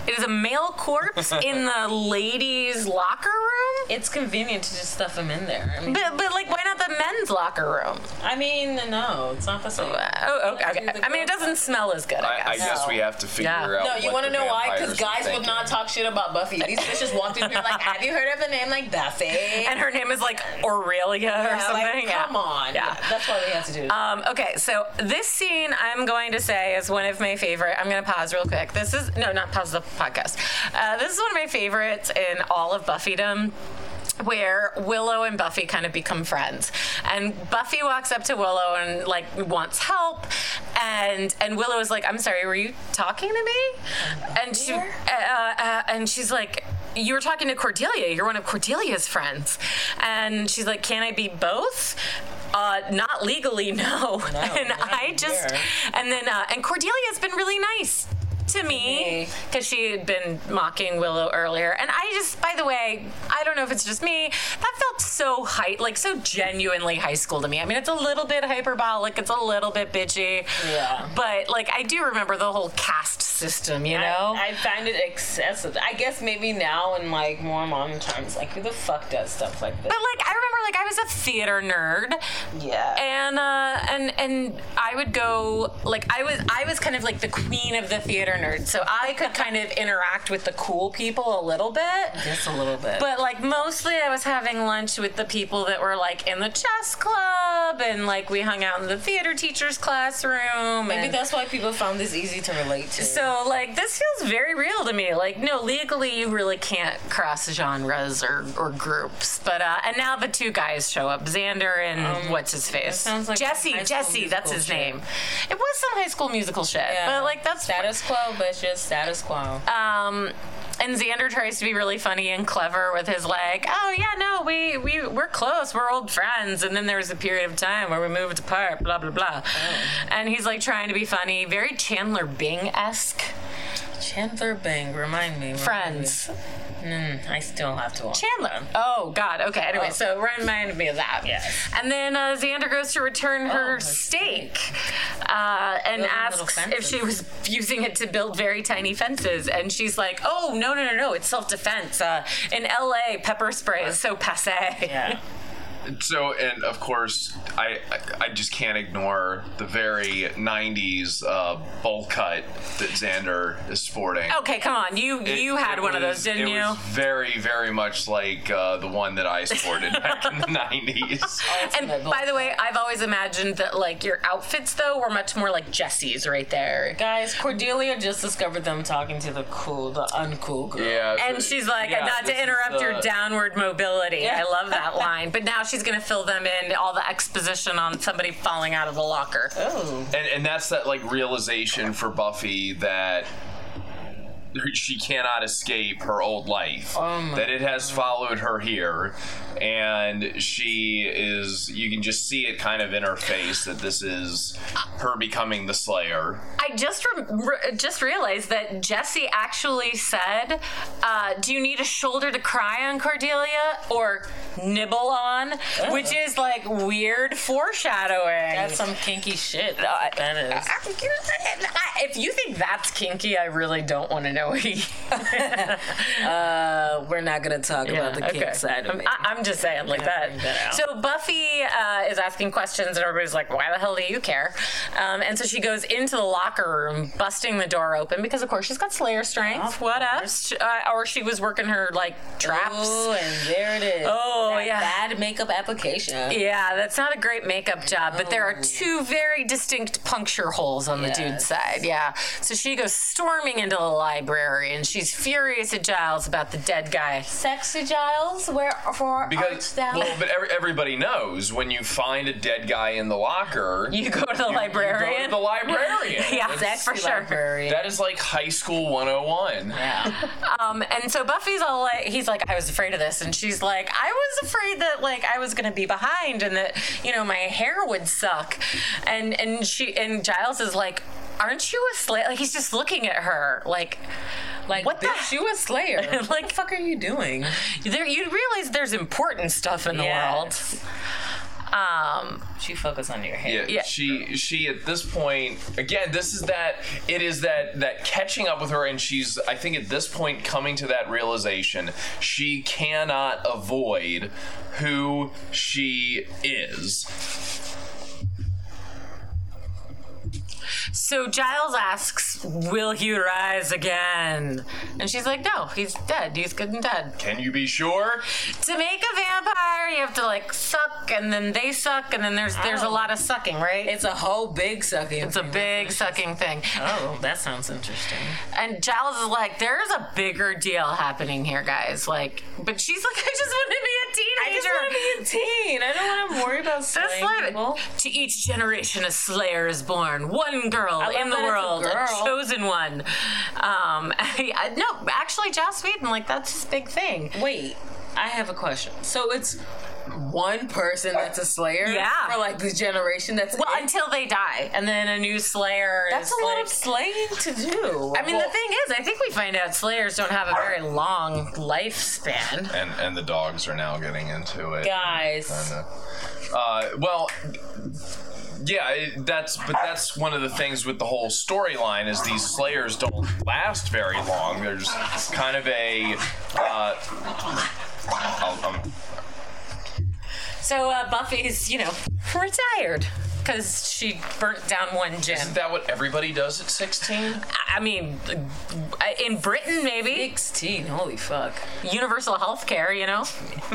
[SPEAKER 2] It is a male corpse in the ladies' locker room.
[SPEAKER 3] it's convenient to just stuff him in there. I mean,
[SPEAKER 2] But, but like, why not the men's locker room?
[SPEAKER 3] I mean, no, it's not the same.
[SPEAKER 2] Oh, okay. okay. I mean, it doesn't smell as good. I
[SPEAKER 4] I,
[SPEAKER 2] guess.
[SPEAKER 4] I guess we have to figure
[SPEAKER 2] Yeah.
[SPEAKER 4] out.
[SPEAKER 3] No, you
[SPEAKER 4] want to
[SPEAKER 3] know why? Because guys would not talk shit about Buffy. These bitches walked in here like, have you heard of a name like Buffy?
[SPEAKER 2] and her name is like Aurelia or
[SPEAKER 3] Yeah,
[SPEAKER 2] something.
[SPEAKER 3] like,
[SPEAKER 2] Yeah.
[SPEAKER 3] Come on.
[SPEAKER 2] Yeah.
[SPEAKER 3] That's why we had to do this.
[SPEAKER 2] Um, okay, so this scene I'm going to say is one of my favorite. I'm going to pause real quick. This is no, not pause the podcast. Uh, this is one of my favorites in all of Buffydom. Where Willow and Buffy kind of become friends, and Buffy walks up to Willow and like wants help, and and Willow is like, "I'm sorry, were you talking to me?" And she uh, uh, and she's like, you were talking to Cordelia. You're one of Cordelia's friends. And she's like, Can I be both? Uh, not legally, no. and I just, and then, uh, and Cordelia's been really nice to me because she had been mocking Willow earlier. And I just, by the way, I don't know if it's just me, that felt so high, like so genuinely high school to me. I mean, it's a little bit hyperbolic, it's a little bit bitchy.
[SPEAKER 3] Yeah.
[SPEAKER 2] But like, I do remember the whole caste system, you know?
[SPEAKER 3] I, I find it excessive. I guess maybe now in like more modern times, like who the fuck does stuff like this?
[SPEAKER 2] But like I remember like I was a theater nerd
[SPEAKER 3] Yeah.
[SPEAKER 2] and uh and and I would go like I was I was kind of like the queen of the theater nerd. So I could kind of interact with the cool people a little bit.
[SPEAKER 3] Just a little bit.
[SPEAKER 2] But like mostly I was having lunch with the people that were like in the chess club and like we hung out in the theater teacher's classroom
[SPEAKER 3] maybe
[SPEAKER 2] and
[SPEAKER 3] that's why people found this easy to relate to.
[SPEAKER 2] so like this feels very real to me. Like no, legally you really can't cross genres or, or groups. But uh, and now the two guys show up, Xander and what's his face,
[SPEAKER 3] Um, sounds like
[SPEAKER 2] Jesse.
[SPEAKER 3] high school
[SPEAKER 2] Jesse, that's
[SPEAKER 3] musical
[SPEAKER 2] his
[SPEAKER 3] shit.
[SPEAKER 2] name. It was some high school musical shit, but like that's
[SPEAKER 3] status quo, bitches. Status quo.
[SPEAKER 2] um, and Xander tries to be really funny and clever with his like, oh yeah, no, we we we're close, we're old friends. And then there was a period of time where we moved apart,
[SPEAKER 3] Oh.
[SPEAKER 2] blah blah blah. And he's like trying to be funny, very Chandler Bing esque.
[SPEAKER 3] Chandler Bing, remind me.
[SPEAKER 2] Friends.
[SPEAKER 3] Mm, I still have to watch.
[SPEAKER 2] Chandler. Oh God. Okay. Anyway,
[SPEAKER 3] Oh.
[SPEAKER 2] so remind me of that.
[SPEAKER 3] Yes.
[SPEAKER 2] And then uh, Xander goes to return her
[SPEAKER 3] her
[SPEAKER 2] stake uh, and
[SPEAKER 3] Building little
[SPEAKER 2] asks if she was using it to build very tiny fences. And she's like, "Oh no, no, no, no! It's self defense. Uh, in L.A., pepper spray is so passe."
[SPEAKER 3] Yeah.
[SPEAKER 4] So, and of course, I I, I just can't ignore the very '90s uh, bowl cut that Xander is sporting.
[SPEAKER 2] Okay, come on. You
[SPEAKER 4] It-
[SPEAKER 2] Oh, you had
[SPEAKER 4] it
[SPEAKER 2] one of those,
[SPEAKER 4] was-
[SPEAKER 2] didn't
[SPEAKER 4] it
[SPEAKER 2] you?
[SPEAKER 4] Was very, very much like uh, the one that I sported back in the '90s.
[SPEAKER 2] And by the way, I've always imagined that like your outfits though were much more like Jesse's right there.
[SPEAKER 3] Guys, Cordelia just discovered them talking to the cool, the uncool girl.
[SPEAKER 4] Yeah.
[SPEAKER 2] And
[SPEAKER 4] but-
[SPEAKER 2] she's like,
[SPEAKER 4] yeah,
[SPEAKER 2] not
[SPEAKER 4] this
[SPEAKER 2] to
[SPEAKER 4] is,
[SPEAKER 2] interrupt your
[SPEAKER 4] uh,
[SPEAKER 2] downward mobility. I love that line. But now she's going to fill them in all the exposition on somebody falling out of the locker.
[SPEAKER 3] Oh.
[SPEAKER 4] And, and that's that like realization for Buffy that she cannot escape her old life. that it has followed her here, and she is. You can just see it kind of in her face that this is her becoming the Slayer.
[SPEAKER 2] I just rem- re- just realized that Jesse actually said, uh, "Do you need a shoulder to cry on, Cordelia, or nibble on?" Which is like weird foreshadowing.
[SPEAKER 3] That's some kinky shit.
[SPEAKER 2] I-
[SPEAKER 3] that is.
[SPEAKER 2] I- If you think that's kinky, I really don't want to know what he.
[SPEAKER 3] Uh, we're not gonna talk about the kink side of
[SPEAKER 2] I'm,
[SPEAKER 3] it.
[SPEAKER 2] I- I'm just saying like
[SPEAKER 3] Yeah,
[SPEAKER 2] that.
[SPEAKER 3] bring that out.
[SPEAKER 2] so Buffy uh, is asking questions, and everybody's like, "Why the hell do you care?" Um, and so she goes into the locker room, busting the door open because, of course, she's got Slayer strength.
[SPEAKER 3] Of
[SPEAKER 2] What up? She- Uh, or she was working her like traps.
[SPEAKER 3] Ooh, and there it is.
[SPEAKER 2] Oh,
[SPEAKER 3] That
[SPEAKER 2] yeah.
[SPEAKER 3] Bad makeup application.
[SPEAKER 2] Yeah, that's not a great makeup job, but there are two very distinct puncture holes on the dude's
[SPEAKER 3] Yes.
[SPEAKER 2] side. Yeah. So she goes storming into the library and she's furious at Giles about the dead guy.
[SPEAKER 3] Sexy Giles, where for
[SPEAKER 4] Because well, but every, everybody knows when you find a dead guy in the locker,
[SPEAKER 2] You go to the
[SPEAKER 4] you go to
[SPEAKER 2] librarian.
[SPEAKER 4] the librarian.
[SPEAKER 2] yeah,
[SPEAKER 4] That's-
[SPEAKER 2] for sure.
[SPEAKER 4] that is like high school 101.
[SPEAKER 2] Um, and so Buffy's all like, he's like, I was afraid of this, and she's like, I was afraid that like I was gonna be behind and that you know my hair would suck, and and she and Giles is like, aren't you a slayer? Like he's just looking at her like,
[SPEAKER 3] Like
[SPEAKER 2] what the
[SPEAKER 3] bitch, you a slayer. like, what the fuck are you doing?
[SPEAKER 2] there you realize there's important stuff in the
[SPEAKER 3] Yes.
[SPEAKER 2] world. Um,
[SPEAKER 3] She focus on your hair.
[SPEAKER 4] Yeah, she she at this point again this is that it is that that catching up with her and she's I think at this point coming to that realization she cannot avoid who she is.
[SPEAKER 2] so Giles asks, will he rise again? And she's like, no, he's dead. He's good and dead.
[SPEAKER 4] Can you be sure?
[SPEAKER 2] to make a vampire, you have to like suck, and then they suck, and then there's there's a lot of sucking, right?
[SPEAKER 3] It's a whole big sucking.
[SPEAKER 2] It's a big sucking thing.
[SPEAKER 3] Oh, that sounds interesting.
[SPEAKER 2] And Giles is like, there's a bigger deal happening here, guys. Like, but she's like, I just want to be a teenager.
[SPEAKER 3] I just want to be a teen. I don't want to worry about
[SPEAKER 2] That's
[SPEAKER 3] slaying
[SPEAKER 2] like-
[SPEAKER 3] people.
[SPEAKER 2] To each generation, a slayer is born. One girl
[SPEAKER 3] love
[SPEAKER 2] in the
[SPEAKER 3] that it's a
[SPEAKER 2] world,
[SPEAKER 3] girl.
[SPEAKER 2] chosen one. Um, I- I- no, actually, Giles Whedon, like that's his big thing.
[SPEAKER 3] Wait, I have a question. So it's one person that's a slayer.
[SPEAKER 2] Yeah.
[SPEAKER 3] For like the generation that's.
[SPEAKER 2] Well,
[SPEAKER 3] it?
[SPEAKER 2] until they die, and then a new slayer.
[SPEAKER 3] that's
[SPEAKER 2] is
[SPEAKER 3] a lot
[SPEAKER 2] like-
[SPEAKER 3] of slaying to do.
[SPEAKER 2] I mean, the thing is, I think we find out Slayers don't have a very long lifespan.
[SPEAKER 4] And and the dogs are now getting into it.
[SPEAKER 3] guys.
[SPEAKER 4] Uh, well, yeah, it, that's but that's one of the things with the whole storyline is these slayers don't last very long. There's kind of a. Uh, um, I'll, I'm,
[SPEAKER 2] So uh, Buffy's, you know, retired because she burnt down one
[SPEAKER 4] Isn't
[SPEAKER 2] gym.
[SPEAKER 4] that what everybody does at 16?
[SPEAKER 2] I- I mean, uh, in Britain, maybe
[SPEAKER 3] 16, holy fuck.
[SPEAKER 2] universal health care, you know?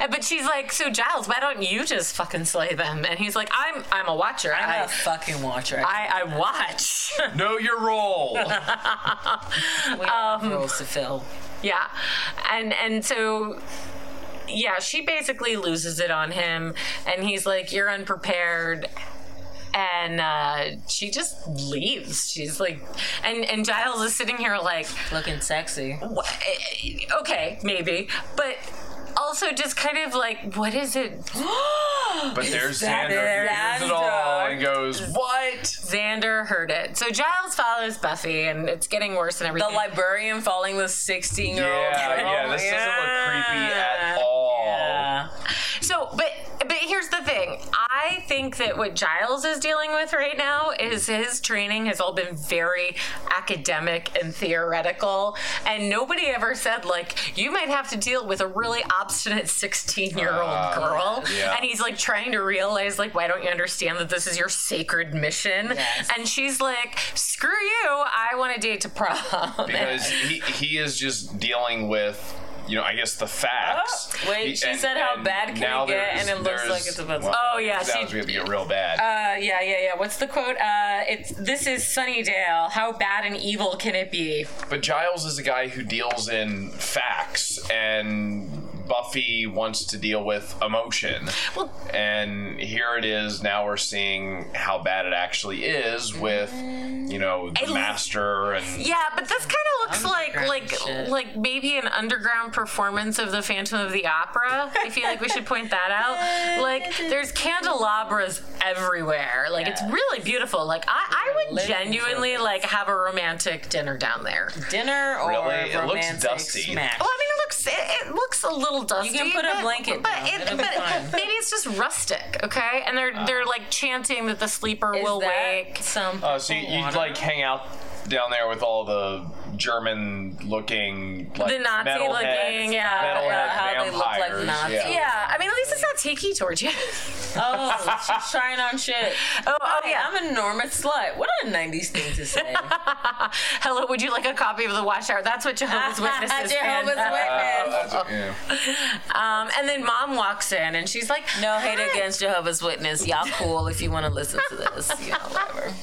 [SPEAKER 2] And- but she's like, so Giles, why don't you just fucking slay them? And he's like, I'm, I'm a watcher.
[SPEAKER 3] I'm
[SPEAKER 2] I,
[SPEAKER 3] a fucking watcher. I
[SPEAKER 2] I, I watch.
[SPEAKER 4] Know your role.
[SPEAKER 3] have roles to fill.
[SPEAKER 2] Yeah, and and so yeah, she basically loses it on him, and he's like, "You're unprepared." And uh, she just leaves. She's like, and and Giles is sitting here like,
[SPEAKER 3] Looking sexy.
[SPEAKER 2] "Wha- okay, maybe, but also just kind of like, what is it?
[SPEAKER 4] But there's
[SPEAKER 3] that
[SPEAKER 4] Xander.
[SPEAKER 3] it?
[SPEAKER 4] He hears it all and goes, What?
[SPEAKER 2] Xander heard it. So Giles follows Buffy, and it's getting worse and
[SPEAKER 3] The
[SPEAKER 2] everything.
[SPEAKER 3] librarian falling the 16 year old.
[SPEAKER 4] Yeah, yeah, this doesn't look creepy at all.
[SPEAKER 2] So, but but here's the thing. I think that what Giles is dealing with right now is his training has all been very academic and theoretical, and nobody ever said like you might have to deal with a really obstinate 16 year old
[SPEAKER 4] Ah,
[SPEAKER 2] girl,
[SPEAKER 4] yeah.
[SPEAKER 2] and he's like trying to realize like why don't you understand that this is your sacred mission? And she's like, screw you, I want to date to prom.
[SPEAKER 4] because he, he is just dealing with you know I guess the facts.
[SPEAKER 3] Oh, wait,
[SPEAKER 4] He-
[SPEAKER 3] she said how bad can
[SPEAKER 4] now
[SPEAKER 3] it get,
[SPEAKER 4] there's-
[SPEAKER 3] and it looks
[SPEAKER 4] there's-
[SPEAKER 3] like it's about to-
[SPEAKER 2] Oh, yeah,
[SPEAKER 4] Sounds
[SPEAKER 2] she-
[SPEAKER 4] going to get real bad.
[SPEAKER 2] Uh, yeah, yeah, yeah. What's the quote? Uh, it's this is Sunnydale. How bad and evil can it be?
[SPEAKER 4] but Giles is a guy who deals in facts, and Buffy wants to deal with emotion.
[SPEAKER 2] Well-
[SPEAKER 4] and here it is. Now we're seeing how bad it actually is with you know the
[SPEAKER 2] l-
[SPEAKER 4] master and
[SPEAKER 2] Yeah, but this kind of looks like
[SPEAKER 3] Underground
[SPEAKER 2] like
[SPEAKER 3] shit.
[SPEAKER 2] like maybe an underground performance of the Phantom of the Opera. I feel like we should point that out. Like there's candelabras everywhere. Like it's really beautiful. Like I, I would
[SPEAKER 3] Living
[SPEAKER 2] genuinely like have a romantic dinner down there.
[SPEAKER 3] Dinner or
[SPEAKER 4] Really? It looks
[SPEAKER 3] romantic
[SPEAKER 4] dusty.
[SPEAKER 3] smack.
[SPEAKER 2] Well, I mean, it looks it, it looks a little dusty.
[SPEAKER 3] can put a
[SPEAKER 2] but-
[SPEAKER 3] blanket
[SPEAKER 2] but,
[SPEAKER 3] down.
[SPEAKER 2] it-
[SPEAKER 3] It'll be
[SPEAKER 2] but
[SPEAKER 3] fine. Ah.
[SPEAKER 2] maybe it's just rustic, okay? And they're they're like chanting that the sleeper
[SPEAKER 3] Is
[SPEAKER 2] will
[SPEAKER 3] that
[SPEAKER 2] wake.
[SPEAKER 3] Some
[SPEAKER 4] Oh, so you, you'd
[SPEAKER 3] water?
[SPEAKER 4] like hang out down there with all the German looking, like
[SPEAKER 2] The Nazi
[SPEAKER 4] metalhead-
[SPEAKER 2] looking, yeah,
[SPEAKER 4] metalhead
[SPEAKER 3] yeah, how they look like
[SPEAKER 4] vampires,
[SPEAKER 3] Nazis.
[SPEAKER 4] yeah.
[SPEAKER 2] Yeah, I mean, at least it's not tiki torture.
[SPEAKER 3] Oh, she's trying on shit.
[SPEAKER 2] oh, oh
[SPEAKER 3] Hey,
[SPEAKER 2] yeah.
[SPEAKER 3] I'm an enormous slut. What a 90s thing to say.
[SPEAKER 2] Hello, would you like a copy of the Watch Hour? That's what Jehovah's Witnesses.
[SPEAKER 3] Jehovah's
[SPEAKER 2] fan-
[SPEAKER 4] Uh,
[SPEAKER 3] Witness.
[SPEAKER 4] that's- yeah.
[SPEAKER 2] Um, and then mom walks in and she's like,
[SPEAKER 3] No hate
[SPEAKER 2] "Hi."
[SPEAKER 3] against Jehovah's Witness. Y'all cool if you want to listen to this. You know, whatever.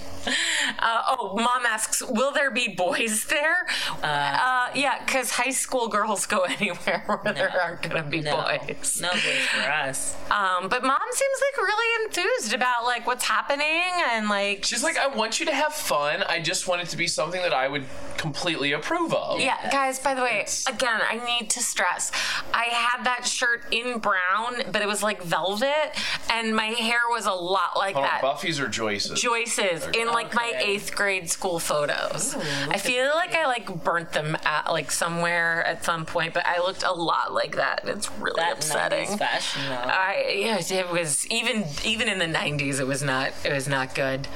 [SPEAKER 2] Uh, oh, mom asks, "Will there be boys there?" Uh, yeah, because high school girls go anywhere where there aren't gonna be
[SPEAKER 3] No,
[SPEAKER 2] boys.
[SPEAKER 3] no boys for us.
[SPEAKER 2] Um, but mom seems like really enthused about like what's happening and like
[SPEAKER 4] She's like, I want you to have fun. I just want it to be something that I would completely approve of.
[SPEAKER 2] Yeah, guys, by the way, again, I need to stress. I had that shirt in brown, but it was like velvet, and my hair was a lot like
[SPEAKER 3] Oh,
[SPEAKER 4] Hold on,
[SPEAKER 2] that.
[SPEAKER 4] Buffy's or Joyce's?
[SPEAKER 2] Joyce's in like my eighth grade school photos. I feel like I like burnt them at like somewhere at some point, but I looked a lot like that. and It's really
[SPEAKER 3] That 90s
[SPEAKER 2] upsetting.
[SPEAKER 3] fashion though.
[SPEAKER 2] I yeah, it was even even in the '90s, it was not it was not good.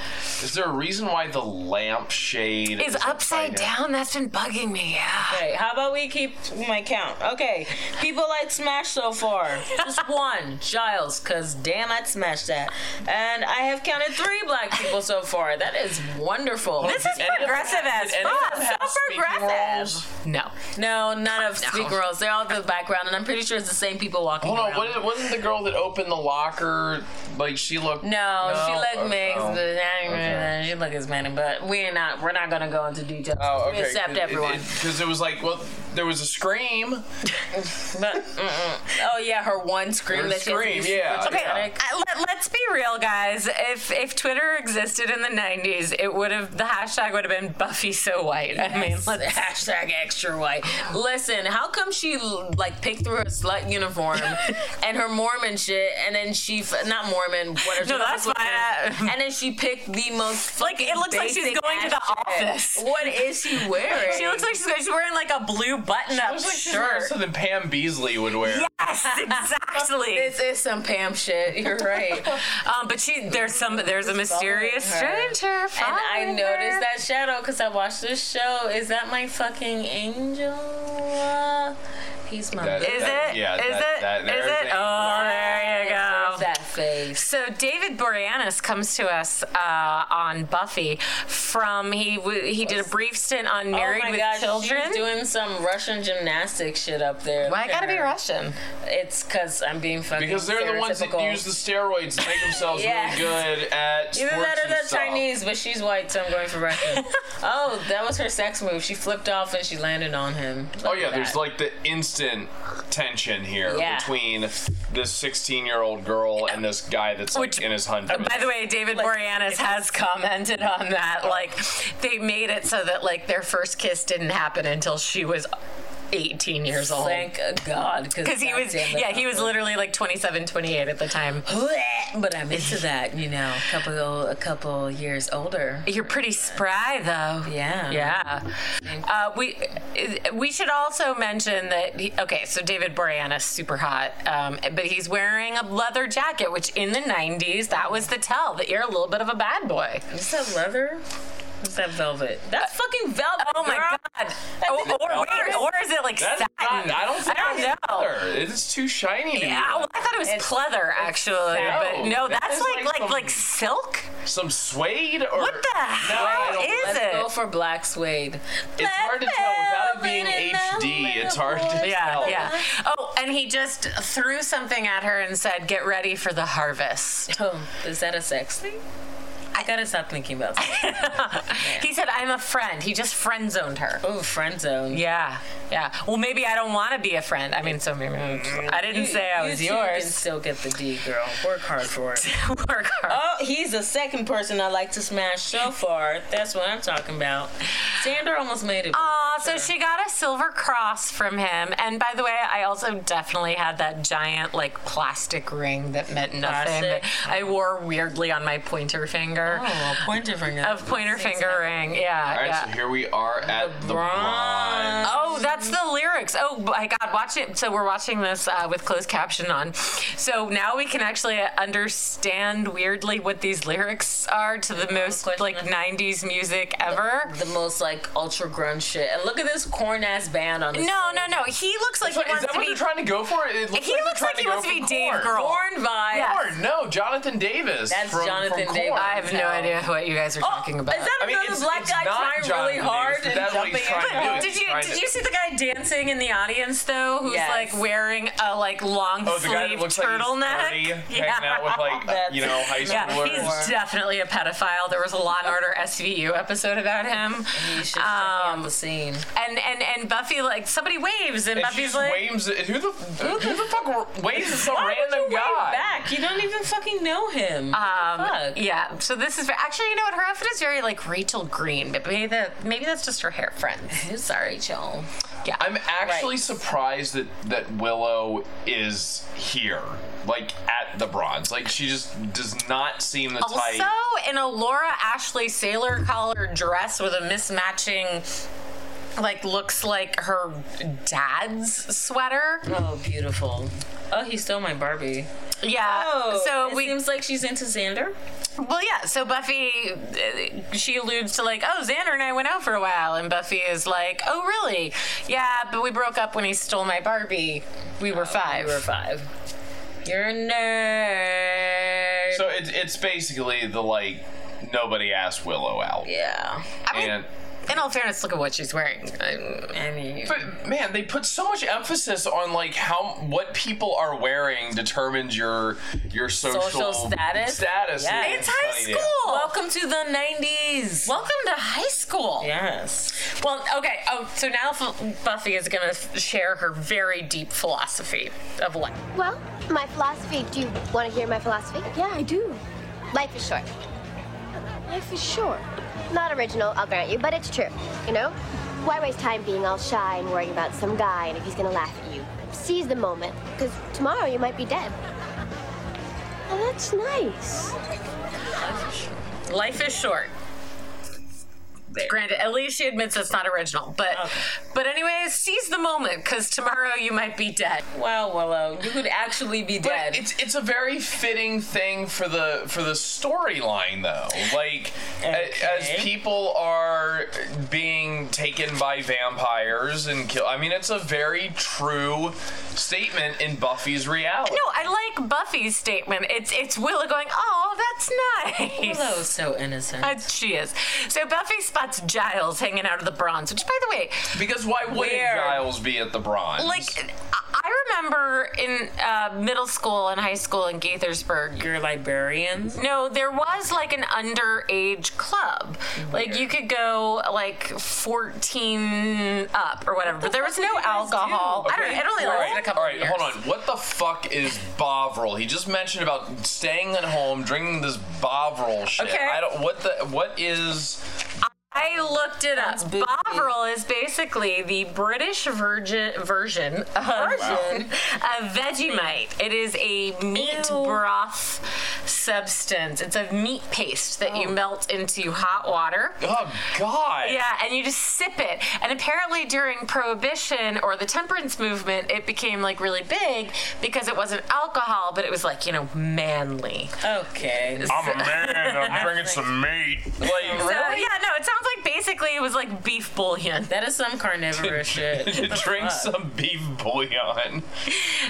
[SPEAKER 4] Is there a reason why the lampshade
[SPEAKER 2] It's upside down. That's been bugging me. Yeah.
[SPEAKER 3] Okay, how about we keep my count? Okay, people like Smash so far. Just one, Giles, because damn, I'd smash that. And I have counted three black people so far. That is wonderful.
[SPEAKER 2] This is progressive as fuck. So progressive. No.
[SPEAKER 3] No, none of Speak
[SPEAKER 2] No.
[SPEAKER 3] Girls. They're all the background, and I'm pretty sure it's the same people walking
[SPEAKER 4] Hold on,
[SPEAKER 3] around.
[SPEAKER 4] wasn't, wasn't the girl that opened the locker like she looked?
[SPEAKER 3] no, she
[SPEAKER 4] Oh,
[SPEAKER 3] looked mixed,
[SPEAKER 4] oh.
[SPEAKER 3] but I don't
[SPEAKER 4] Okay.
[SPEAKER 3] know, she looked Hispanic. But we're not. We're not gonna go into details.
[SPEAKER 4] Oh, okay.
[SPEAKER 3] We accept everyone.
[SPEAKER 4] Because it, was like, well, there was a scream.
[SPEAKER 3] but mm-mm. oh yeah, her one scream
[SPEAKER 4] Her
[SPEAKER 3] that she
[SPEAKER 4] scream,
[SPEAKER 3] has to be
[SPEAKER 4] yeah,
[SPEAKER 3] super
[SPEAKER 4] yeah.
[SPEAKER 3] dramatic.
[SPEAKER 2] I- let, let's be real, guys. If if Twitter existed in the '90s, it would have the hashtag would have been Buffy so white. I mean, let's,
[SPEAKER 3] Hashtag extra white. Listen, how come she like picked through her slut uniform and her Mormon shit, and then she f- not Mormon, what are
[SPEAKER 2] No, that's
[SPEAKER 3] what-
[SPEAKER 2] fine.
[SPEAKER 3] And then she picked the most
[SPEAKER 2] Like, it
[SPEAKER 3] fucking
[SPEAKER 2] looks like she's
[SPEAKER 3] basic
[SPEAKER 2] going to
[SPEAKER 3] ass
[SPEAKER 2] the
[SPEAKER 3] shit.
[SPEAKER 2] office.
[SPEAKER 3] What is she wearing?
[SPEAKER 2] she looks like she's, she's wearing like a blue button-up
[SPEAKER 4] Looks like she's wearing
[SPEAKER 2] shirt.
[SPEAKER 4] Something Pam Beasley would wear.
[SPEAKER 2] Yes, exactly.
[SPEAKER 3] this is some Pam shit. You're right.
[SPEAKER 2] Um, but she there's some there's a mysterious
[SPEAKER 3] following her.
[SPEAKER 2] stranger.
[SPEAKER 3] And I
[SPEAKER 2] following
[SPEAKER 3] noticed
[SPEAKER 2] her.
[SPEAKER 3] that shadow because I watched this show. Is that my fucking angel? Uh, he's my.
[SPEAKER 4] That-
[SPEAKER 3] boo.
[SPEAKER 2] Is
[SPEAKER 4] That-
[SPEAKER 2] it?
[SPEAKER 4] yeah,
[SPEAKER 2] Is
[SPEAKER 4] that-
[SPEAKER 2] it?
[SPEAKER 4] that-
[SPEAKER 2] Is
[SPEAKER 4] there's
[SPEAKER 2] it?
[SPEAKER 4] a-
[SPEAKER 2] Oh, there you go.
[SPEAKER 3] There's That face.
[SPEAKER 2] So David Boreanaz comes to us uh, on Buffy from he w- he did a brief stint on Married
[SPEAKER 3] oh my
[SPEAKER 2] with
[SPEAKER 3] gosh,
[SPEAKER 2] Children.
[SPEAKER 3] she's doing some Russian gymnastic shit up there.
[SPEAKER 2] Why I gotta be Russian?
[SPEAKER 3] It's because I'm being fucking
[SPEAKER 4] Because they're the ones that
[SPEAKER 3] stereotypical.
[SPEAKER 4] use the steroids to make themselves
[SPEAKER 3] Yes.
[SPEAKER 4] really good at sports
[SPEAKER 3] Either that or
[SPEAKER 4] and
[SPEAKER 3] they're
[SPEAKER 4] stuff.
[SPEAKER 3] Chinese, but she's white, so I'm going for Russian. oh, that was her sex move. She flipped off and she landed on him.
[SPEAKER 4] Oh
[SPEAKER 3] Look
[SPEAKER 4] yeah,
[SPEAKER 3] at
[SPEAKER 4] there's
[SPEAKER 3] that.
[SPEAKER 4] like the instant tension here
[SPEAKER 3] Yeah.
[SPEAKER 4] between this 16 year old girl and this guy that's like
[SPEAKER 2] Which-
[SPEAKER 4] in his hundreds.
[SPEAKER 2] By the way, David Boreanaz has commented on that.
[SPEAKER 3] Oh.
[SPEAKER 2] Like they made it so that like their first kiss didn't happen until she was 18 years old.
[SPEAKER 3] Thank God,
[SPEAKER 2] Because he was, yeah, he was literally like 27, 28 at the time.
[SPEAKER 3] literally. But I'm into that, you know. A couple, a couple years older.
[SPEAKER 2] You're pretty spry, though.
[SPEAKER 3] Yeah.
[SPEAKER 2] Yeah. Uh, we we should also mention that. He, okay, so David Boreanaz, super hot, um, but he's wearing a leather jacket, which in the '90s that was the tell that you're a little bit of a bad boy.
[SPEAKER 3] Is that leather? Is that velvet? That's fucking velvet.
[SPEAKER 2] Oh my
[SPEAKER 3] girl.
[SPEAKER 2] god! Or, or, or, or is it like
[SPEAKER 4] That's
[SPEAKER 2] satin?
[SPEAKER 4] not, I don't. Think
[SPEAKER 2] I
[SPEAKER 4] that's
[SPEAKER 2] don't know.
[SPEAKER 4] leather. It's too shiny. To
[SPEAKER 2] Yeah,
[SPEAKER 4] me.
[SPEAKER 2] well, I thought it was pleather actually, but no,
[SPEAKER 4] that
[SPEAKER 2] that's
[SPEAKER 4] is
[SPEAKER 2] like
[SPEAKER 4] like
[SPEAKER 2] like like,
[SPEAKER 4] some-
[SPEAKER 2] silk.
[SPEAKER 4] Some suede or
[SPEAKER 2] What the hell
[SPEAKER 4] don't-
[SPEAKER 2] is
[SPEAKER 3] Let's
[SPEAKER 2] it?
[SPEAKER 3] go for black suede.
[SPEAKER 4] It's hard to tell without it being
[SPEAKER 3] Velvet in the
[SPEAKER 4] HD. It's hard to
[SPEAKER 2] Yeah,
[SPEAKER 4] tell.
[SPEAKER 2] yeah. Oh, and he just threw something at her and said, "Get ready for the harvest."
[SPEAKER 3] Oh, is that a sex thing? I gotta stop thinking about. Sex.
[SPEAKER 2] He said, "I'm a friend." He just friend zoned her.
[SPEAKER 3] oh, friend zone.
[SPEAKER 2] Yeah, yeah. Well, maybe I don't want to be a friend. I mean, so maybe I didn't say I
[SPEAKER 3] You
[SPEAKER 2] was
[SPEAKER 3] two can
[SPEAKER 2] yours.
[SPEAKER 3] still get the D, girl. Work hard for it.
[SPEAKER 2] Work hard.
[SPEAKER 3] Oh, he's the second person I like to smash so far. That's what I'm talking about. Sandra almost made it.
[SPEAKER 2] Aw, so she got a silver cross from him. And by the way, I also definitely had that giant, like, plastic ring that meant nothing. that
[SPEAKER 3] Plastic.
[SPEAKER 2] I wore weirdly on my pointer finger.
[SPEAKER 3] oh, pointer finger.
[SPEAKER 2] Of pointer finger ring, yeah.
[SPEAKER 4] All right,
[SPEAKER 2] yeah.
[SPEAKER 4] so here we are at the, bronze.
[SPEAKER 2] Oh, that's the lyrics. Oh my God, watch it. So we're watching this uh, with closed caption on. So now we can actually uh, understand weirdly what these lyrics are to the most like '90s music ever.
[SPEAKER 3] The most like ultra grunge shit. And look at this corn ass band on this.
[SPEAKER 2] No, no, no. He looks like he
[SPEAKER 4] Is
[SPEAKER 2] wants
[SPEAKER 4] that
[SPEAKER 2] to
[SPEAKER 4] what
[SPEAKER 2] be.
[SPEAKER 4] you're trying to go for? It
[SPEAKER 2] He
[SPEAKER 4] you're
[SPEAKER 2] looks
[SPEAKER 4] trying
[SPEAKER 2] like he
[SPEAKER 4] go
[SPEAKER 2] wants to
[SPEAKER 4] for
[SPEAKER 2] be Dave
[SPEAKER 4] corn.
[SPEAKER 2] Grohl.
[SPEAKER 3] Corn vibe.
[SPEAKER 2] Yeah.
[SPEAKER 4] Corn, No, Jonathan Davis.
[SPEAKER 3] That's
[SPEAKER 4] from,
[SPEAKER 3] Jonathan
[SPEAKER 4] from
[SPEAKER 3] Davis.
[SPEAKER 4] Corn.
[SPEAKER 2] I have no idea what you guys are talking about.
[SPEAKER 3] Is that
[SPEAKER 4] I mean,
[SPEAKER 3] another
[SPEAKER 4] it's-
[SPEAKER 3] black
[SPEAKER 4] it's
[SPEAKER 3] guy
[SPEAKER 4] not
[SPEAKER 3] trying
[SPEAKER 4] Jonathan
[SPEAKER 3] really
[SPEAKER 4] Davis,
[SPEAKER 3] hard
[SPEAKER 4] but
[SPEAKER 3] and
[SPEAKER 4] that's what he's
[SPEAKER 3] jumping
[SPEAKER 4] trying to do.
[SPEAKER 3] into
[SPEAKER 4] It's-
[SPEAKER 2] Did you
[SPEAKER 4] trying
[SPEAKER 2] did
[SPEAKER 4] to-
[SPEAKER 2] you see the guy dancing in the audience though, who's
[SPEAKER 3] Yes.
[SPEAKER 2] like wearing a like long
[SPEAKER 4] Oh, the
[SPEAKER 2] sleeve
[SPEAKER 4] guy that looks
[SPEAKER 2] turtleneck?
[SPEAKER 4] like he's 30, hanging out with like uh,
[SPEAKER 3] That's-
[SPEAKER 4] you know high
[SPEAKER 2] Yeah,
[SPEAKER 4] schoolers.
[SPEAKER 2] he's definitely a pedophile. There was a Law and Order SVU episode about him.
[SPEAKER 3] You should check out
[SPEAKER 2] Um,
[SPEAKER 3] the scene.
[SPEAKER 2] and and and Buffy like somebody waves and,
[SPEAKER 4] and she
[SPEAKER 2] Buffy's
[SPEAKER 4] just
[SPEAKER 2] like.
[SPEAKER 4] waves it. Who the who the fuck waves at some
[SPEAKER 3] Why would
[SPEAKER 4] random
[SPEAKER 3] you wave
[SPEAKER 4] guy?
[SPEAKER 3] back? You don't even fucking know him.
[SPEAKER 2] Um,
[SPEAKER 3] Fuck.
[SPEAKER 2] yeah, so this is actually, you know what, her outfit is very like Rachel Green, but maybe that maybe that's just her hair friends.
[SPEAKER 3] Sorry, Joel.
[SPEAKER 2] Yeah,
[SPEAKER 4] I'm actually surprised that that Willow is here, like at the bronze. Like she just does not seem the type.
[SPEAKER 2] also in a Laura Ashley sailor collar dress with a mismatching, like looks like her dad's sweater.
[SPEAKER 3] Oh, beautiful. Oh, he stole my Barbie. Uh, Oh,
[SPEAKER 2] Yeah, so
[SPEAKER 3] it
[SPEAKER 2] we
[SPEAKER 3] seems like she's into Xander.
[SPEAKER 2] Well, yeah. So Buffy, uh, she alludes to like, "Oh, Xander and I went out for a while," and Buffy is like, "Oh, really? Yeah, but we broke up when he stole my Barbie. We were five.
[SPEAKER 3] You were five. You're a nerd.
[SPEAKER 4] So it, it's basically the like nobody asked Willow out.
[SPEAKER 3] yeah.
[SPEAKER 2] I mean,
[SPEAKER 4] And
[SPEAKER 2] in all fairness, look at what she's wearing. I-
[SPEAKER 3] I mean,
[SPEAKER 4] but man, they put so much emphasis on like how what people are wearing determines your your social,
[SPEAKER 3] Social status?
[SPEAKER 4] Status.
[SPEAKER 3] Yeah.
[SPEAKER 2] It's high
[SPEAKER 4] Yeah.
[SPEAKER 2] school.
[SPEAKER 3] welcome to the 90s.
[SPEAKER 2] Welcome to high school.
[SPEAKER 3] Yes.
[SPEAKER 2] Well, okay. Oh, so now F- Buffy is going to share her very deep philosophy of life.
[SPEAKER 1] Well, my philosophy. Do you want to hear my philosophy?
[SPEAKER 6] Yeah, I do.
[SPEAKER 1] Life is short.
[SPEAKER 6] Life is short.
[SPEAKER 1] Not original, I'll grant you, but it's true. You know? Why waste time being all shy and worrying about some guy and if he's gonna laugh at you? Seize the moment, because tomorrow you might be dead.
[SPEAKER 6] Oh, that's nice.
[SPEAKER 2] Life is short. Granted, at least she admits it's not original. But but anyways, seize the moment because tomorrow you might be dead.
[SPEAKER 3] Wow, Willow, you could actually be
[SPEAKER 4] But
[SPEAKER 3] dead.
[SPEAKER 4] it's it's a very fitting thing for the for the storyline though. Like a- as
[SPEAKER 3] Okay.
[SPEAKER 4] people are being taken by vampires and kill I mean it's a very true statement in Buffy's reality.
[SPEAKER 2] No, I like Buffy's statement. It's it's Willow going, oh, that's nice.
[SPEAKER 3] Willow's so innocent.
[SPEAKER 2] Uh, she is. So Buffy spots Giles hanging out of the bronze, which, by the way,
[SPEAKER 4] Because why wouldn't
[SPEAKER 2] Where?
[SPEAKER 4] Giles be at the bronze?
[SPEAKER 2] like I- I remember in uh, middle school and high school in Gaithersburg,
[SPEAKER 3] You're librarians.
[SPEAKER 2] No, there was like an underage club.
[SPEAKER 4] Mm-hmm.
[SPEAKER 2] Like you could go like 14 up or whatever, but there was no alcohol. I don't know. It only
[SPEAKER 4] All
[SPEAKER 2] lasted
[SPEAKER 4] right,
[SPEAKER 2] a couple
[SPEAKER 4] all
[SPEAKER 2] of
[SPEAKER 4] right,
[SPEAKER 2] years.
[SPEAKER 4] hold on. What the fuck is Bovril? He just mentioned about staying at home, drinking this Bovril shit.
[SPEAKER 2] Okay.
[SPEAKER 4] I don't. What the? What is?
[SPEAKER 2] I looked it up.
[SPEAKER 3] Sounds bougie.
[SPEAKER 2] Bovril is basically the British virgin version of,
[SPEAKER 3] Virgin?
[SPEAKER 2] of Vegemite. It is a meat
[SPEAKER 3] Ew.
[SPEAKER 2] broth substance. It's a meat paste that you melt into hot water.
[SPEAKER 4] Oh God.
[SPEAKER 2] Yeah, and you just sip it. And apparently during Prohibition or the temperance movement, it became like really big because it wasn't alcohol, but it was like, you know, manly.
[SPEAKER 3] Okay.
[SPEAKER 7] I'm a man. I'm bringing some meat.
[SPEAKER 4] Like
[SPEAKER 3] Oh,
[SPEAKER 2] So yeah, no, it sounds like basically it was like beef bouillon.
[SPEAKER 3] That is some carnivorous shit.
[SPEAKER 4] drink some beef bouillon.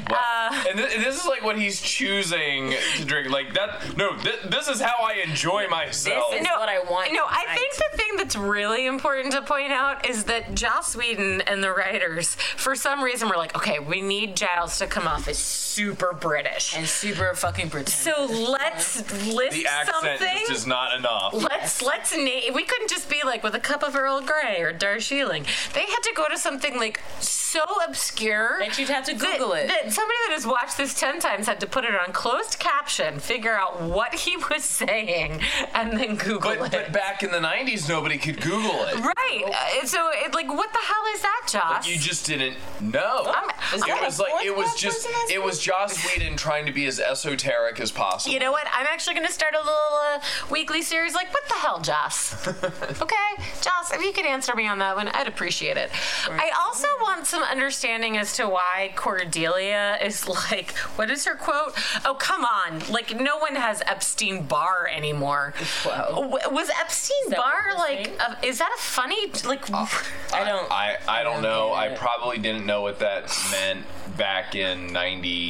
[SPEAKER 4] Wow. and, thi- this is like what he's choosing to drink. Like that. No, thi- this is how I enjoy myself.
[SPEAKER 3] is- what I want
[SPEAKER 2] No, I
[SPEAKER 3] tonight.
[SPEAKER 2] think the thing that's really important to point out is that Joss Whedon and the writers, for some reason, were like, okay, we need Giles to come off as super British.
[SPEAKER 3] and super fucking pretend.
[SPEAKER 2] So let's list
[SPEAKER 4] the accent
[SPEAKER 2] something.
[SPEAKER 4] just is not enough.
[SPEAKER 2] Let's let's name. We couldn't just be like with a cup of Earl Grey or Darsheeling. They had to go to something like so obscure
[SPEAKER 3] That you'd have to Google
[SPEAKER 2] that-
[SPEAKER 3] it.
[SPEAKER 2] That somebody that has watched this ten times had to put it on closed caption, figure out what he was saying, and then Google
[SPEAKER 4] But,
[SPEAKER 2] it.
[SPEAKER 4] but back in the 90s, nobody could Google it.
[SPEAKER 2] right. Uh, so it, like, what the hell is that, Josh?
[SPEAKER 4] You just didn't know.
[SPEAKER 2] I'm-
[SPEAKER 4] it
[SPEAKER 2] I'm
[SPEAKER 4] was like it was just it was Joss Whedon trying to be as esoteric as possible.
[SPEAKER 2] You know what? I'm actually going to start a little uh, weekly series like, What the Hell, Joss? okay? Joss, if you could answer me on that one, I'd appreciate it. I also want some understanding as to why Cordelia is like, What is her quote? Oh, come on. Like, no one has Epstein Barr anymore.
[SPEAKER 3] Wow.
[SPEAKER 2] W- was Epstein
[SPEAKER 3] that
[SPEAKER 2] Barr
[SPEAKER 3] what we're
[SPEAKER 2] like,
[SPEAKER 3] saying?
[SPEAKER 2] a, is that a funny, like,
[SPEAKER 3] I don't.
[SPEAKER 4] Oh, I, I don't know.
[SPEAKER 3] get
[SPEAKER 4] I
[SPEAKER 3] it.
[SPEAKER 4] probably didn't know what that meant back in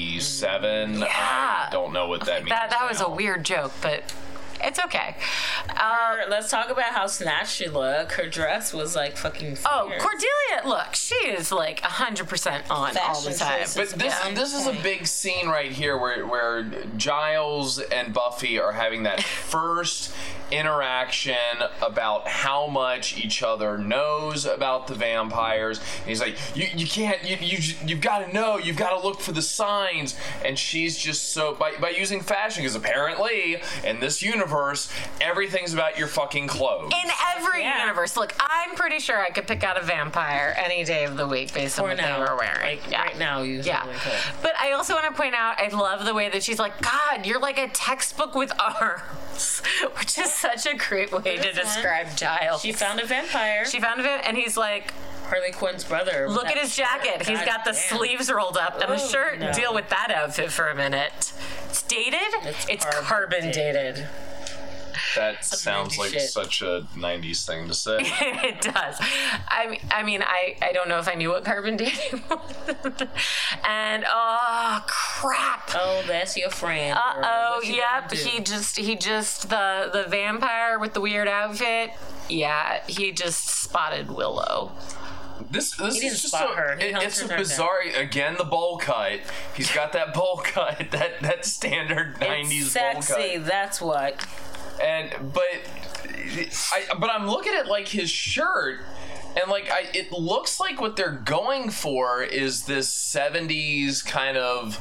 [SPEAKER 4] '97.
[SPEAKER 2] Yeah.
[SPEAKER 4] I don't know what that means.
[SPEAKER 2] that, that was a
[SPEAKER 4] now.
[SPEAKER 2] weird joke, but it's okay. Uh,
[SPEAKER 3] Her- let's talk about how snatched she looked. Her dress was like fucking.
[SPEAKER 2] Oh,
[SPEAKER 3] fierce.
[SPEAKER 2] Cordelia, look, she is like 100% on all the
[SPEAKER 3] Fashion
[SPEAKER 2] time.
[SPEAKER 3] choices.
[SPEAKER 4] But this
[SPEAKER 3] Yeah.
[SPEAKER 4] this is a big scene right here where where Giles and Buffy are having that first interaction about how much each other knows about the vampires. And he's like, you, you can't you you j- you've got to know. You've got to look for the signs. And she's just so by by using fashion because apparently in this universe everything's about your fucking clothes.
[SPEAKER 2] In every
[SPEAKER 3] Yeah.
[SPEAKER 2] universe. Look, I'm pretty sure I could pick out a vampire any day of the week based on
[SPEAKER 3] For
[SPEAKER 2] what
[SPEAKER 3] now.
[SPEAKER 2] they were wearing.
[SPEAKER 3] Like,
[SPEAKER 2] Yeah.
[SPEAKER 3] right now, you
[SPEAKER 2] Yeah.
[SPEAKER 3] really could.
[SPEAKER 2] But I also want to point out, I love the way that she's like, God, you're like a textbook with arms, which is such a great way to describe Giles.
[SPEAKER 3] She found a vampire.
[SPEAKER 2] She found it, and he's like,
[SPEAKER 3] Harley Quinn's brother.
[SPEAKER 2] Look at his jacket. He's got the
[SPEAKER 3] sleeve.
[SPEAKER 2] sleeves rolled up and the
[SPEAKER 3] Ooh,
[SPEAKER 2] shirt.
[SPEAKER 3] no.
[SPEAKER 2] Deal with that outfit for a minute. It's dated. It's,
[SPEAKER 3] It's
[SPEAKER 2] carbon,
[SPEAKER 3] carbon
[SPEAKER 2] dated.
[SPEAKER 4] that sounds like
[SPEAKER 3] shit.
[SPEAKER 4] such a '90s thing to say.
[SPEAKER 2] it does. I mean, I mean, I I don't know if I knew what carbon dating was. and oh crap.
[SPEAKER 3] Oh, that's your friend.
[SPEAKER 2] Uh oh, yep.
[SPEAKER 3] do?
[SPEAKER 2] He just he just the the vampire with the weird outfit. Yeah, he just spotted Willow.
[SPEAKER 4] This this
[SPEAKER 3] didn't
[SPEAKER 4] is just
[SPEAKER 3] spot
[SPEAKER 4] a,
[SPEAKER 3] her. He
[SPEAKER 4] it-
[SPEAKER 3] helped
[SPEAKER 4] it's
[SPEAKER 3] her
[SPEAKER 4] a
[SPEAKER 3] turn
[SPEAKER 4] bizarre again the bowl cut. He's got that bowl cut, that that standard nineties bowl
[SPEAKER 3] Sexy.
[SPEAKER 4] cut.
[SPEAKER 3] That's what.
[SPEAKER 4] And but I but I'm looking at like his shirt. And like I, it looks like what they're going for is this '70s kind of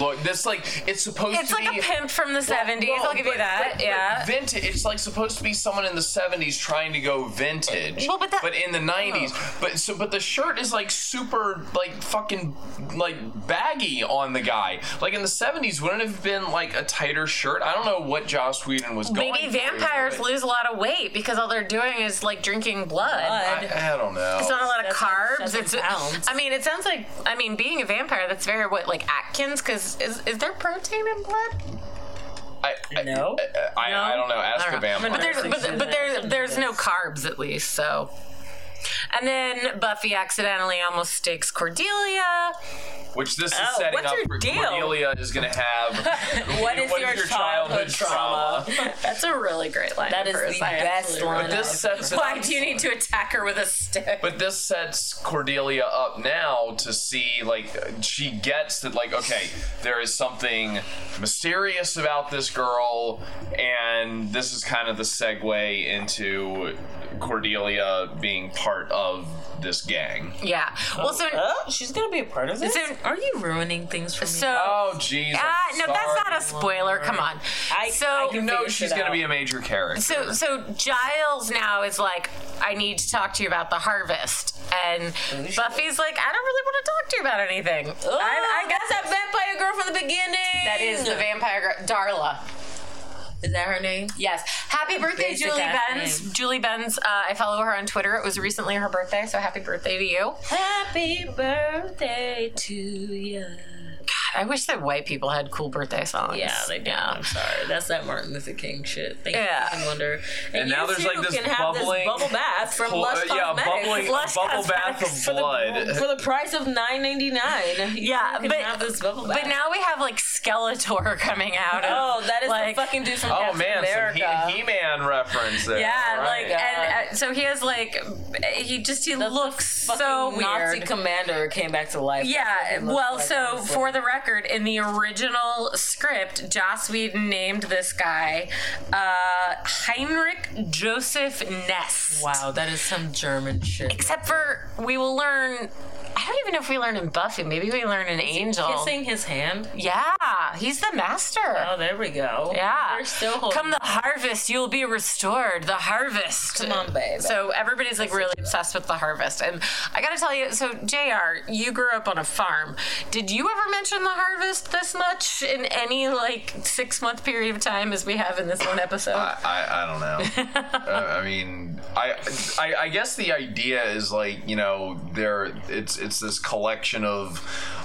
[SPEAKER 4] look. This like it's supposed
[SPEAKER 2] It's
[SPEAKER 4] to
[SPEAKER 2] like
[SPEAKER 4] be
[SPEAKER 2] a pimp from the 70s.
[SPEAKER 4] Well,
[SPEAKER 2] I'll give you
[SPEAKER 4] but-
[SPEAKER 2] that.
[SPEAKER 4] but- but
[SPEAKER 2] yeah.
[SPEAKER 4] vintage. It's like supposed to be someone in the '70s trying to go vintage.
[SPEAKER 2] Well, but that- Oh.
[SPEAKER 4] in the '90s, but so but the shirt is like super like fucking like baggy on the guy. Like in the '70s, wouldn't it have been like a tighter shirt. I don't know what Joss Whedon was going.
[SPEAKER 2] Maybe
[SPEAKER 4] through,
[SPEAKER 2] vampires
[SPEAKER 4] but
[SPEAKER 2] lose a lot of weight because all they're doing is like drinking blood.
[SPEAKER 4] I, I don't know.
[SPEAKER 2] It's not a lot of
[SPEAKER 3] That's
[SPEAKER 2] carbs.
[SPEAKER 3] seven
[SPEAKER 2] It's.
[SPEAKER 3] pounds.
[SPEAKER 2] I mean, it sounds like. I mean, being a vampire, that's very what like Atkins. Because is is there protein in blood?
[SPEAKER 4] I, I,
[SPEAKER 3] No?
[SPEAKER 4] I, I, I don't know. Ask
[SPEAKER 2] I
[SPEAKER 4] a
[SPEAKER 2] don't know.
[SPEAKER 4] vampire.
[SPEAKER 2] But there's but,
[SPEAKER 3] Actually,
[SPEAKER 2] but
[SPEAKER 3] should
[SPEAKER 2] there,
[SPEAKER 3] I-
[SPEAKER 2] there's no carbs at least. So. And then Buffy accidentally almost stakes Cordelia.
[SPEAKER 4] Which this is
[SPEAKER 3] Oh,
[SPEAKER 4] setting
[SPEAKER 3] what's
[SPEAKER 4] up
[SPEAKER 3] your
[SPEAKER 4] for
[SPEAKER 3] deal?
[SPEAKER 4] Cordelia is going to have.
[SPEAKER 3] What is your childhood trauma?
[SPEAKER 2] That's a really great line.
[SPEAKER 3] That is
[SPEAKER 2] for a
[SPEAKER 3] the
[SPEAKER 2] science
[SPEAKER 3] best
[SPEAKER 2] leader.
[SPEAKER 3] line.
[SPEAKER 4] But this sets it
[SPEAKER 2] Why
[SPEAKER 4] up
[SPEAKER 2] do you need to attack her with a stick?
[SPEAKER 4] But this sets Cordelia up now to see, like, she gets that, like, okay, there is something mysterious about this girl, and this is kind of the segue into Cordelia being part of this gang.
[SPEAKER 2] yeah. Well, so
[SPEAKER 4] Uh,
[SPEAKER 3] Oh, she's gonna be a part of this.
[SPEAKER 2] So-
[SPEAKER 3] Are you ruining things for me?
[SPEAKER 2] so.
[SPEAKER 4] Oh, jeez.
[SPEAKER 2] Uh, no, that's not a spoiler. Come on.
[SPEAKER 3] I-
[SPEAKER 2] so
[SPEAKER 3] I
[SPEAKER 4] You
[SPEAKER 3] can
[SPEAKER 4] know
[SPEAKER 3] figure
[SPEAKER 4] she's
[SPEAKER 3] shit
[SPEAKER 4] going to
[SPEAKER 3] out.
[SPEAKER 4] be a major character.
[SPEAKER 2] So, so Giles now is like, I need to talk to you about the harvest, and Buffy's like, I don't really want to talk to you about anything.
[SPEAKER 3] Oh,
[SPEAKER 2] I, I got
[SPEAKER 3] that's that vampire girl from the beginning.
[SPEAKER 2] that is the vampire girl, Darla.
[SPEAKER 3] Is that her name?
[SPEAKER 2] Yes. Happy birthday,
[SPEAKER 3] Basic
[SPEAKER 2] Julie
[SPEAKER 3] ass
[SPEAKER 2] Benz.
[SPEAKER 3] name.
[SPEAKER 2] Julie Benz, uh, I follow her on Twitter. It was recently her birthday, so happy birthday to you.
[SPEAKER 3] Happy birthday to you.
[SPEAKER 2] I wish that white people had cool birthday songs.
[SPEAKER 3] Yeah, they do. I'm sorry. That's that Martin Luther King shit. Thank
[SPEAKER 2] Yeah.
[SPEAKER 3] you, Wonder.
[SPEAKER 4] And now
[SPEAKER 3] you
[SPEAKER 4] there's,
[SPEAKER 3] too
[SPEAKER 4] like, this
[SPEAKER 3] can have
[SPEAKER 4] bubbling-
[SPEAKER 3] this bubble bath from
[SPEAKER 4] Pull-
[SPEAKER 3] Lush
[SPEAKER 4] uh, yeah,
[SPEAKER 3] Cosmetics.
[SPEAKER 4] bubbling-
[SPEAKER 3] Lush
[SPEAKER 4] bubble bath
[SPEAKER 3] Cosmetics
[SPEAKER 4] of
[SPEAKER 3] for the-
[SPEAKER 4] blood.
[SPEAKER 3] for the price of 9.99. You
[SPEAKER 2] Yeah,
[SPEAKER 3] can
[SPEAKER 2] but-
[SPEAKER 3] have this bubble bath.
[SPEAKER 2] But now we have like Skeletor coming out. of,
[SPEAKER 3] oh, that is
[SPEAKER 2] like,
[SPEAKER 3] the fucking dude from
[SPEAKER 4] Oh
[SPEAKER 3] Captain
[SPEAKER 4] man,
[SPEAKER 3] America.
[SPEAKER 4] some he- He-Man reference there.
[SPEAKER 2] Yeah,
[SPEAKER 4] right.
[SPEAKER 2] like and uh, so he has like he just he looks
[SPEAKER 3] Fucking
[SPEAKER 2] so weird.
[SPEAKER 3] Nazi commander came back to life. That's what
[SPEAKER 2] Yeah,
[SPEAKER 3] he looks
[SPEAKER 2] well,
[SPEAKER 3] like,
[SPEAKER 2] so
[SPEAKER 3] honestly.
[SPEAKER 2] for the record, in the original script, Joss Whedon named this guy uh, Heinrich Joseph Ness.
[SPEAKER 3] Wow, that is some German shit.
[SPEAKER 2] Except for we will learn. I don't even know if we learn in Buffy. Maybe we learn in Angel.
[SPEAKER 3] Kissing his hand.
[SPEAKER 2] Yeah, he's the master.
[SPEAKER 3] Oh, there we go.
[SPEAKER 2] Yeah.
[SPEAKER 3] They're still holding
[SPEAKER 2] Come the harvest, you'll be restored. The harvest.
[SPEAKER 3] Come on, babe.
[SPEAKER 2] So everybody's like really obsessed with the harvest. And I gotta tell you, so JR, you grew up on a farm. Did you ever mention the harvest this much in any like six month period of time as we have in this one episode?
[SPEAKER 3] Uh,
[SPEAKER 4] I, I don't know. uh, I mean, I, I I guess the idea is like you know there it's it's this collection of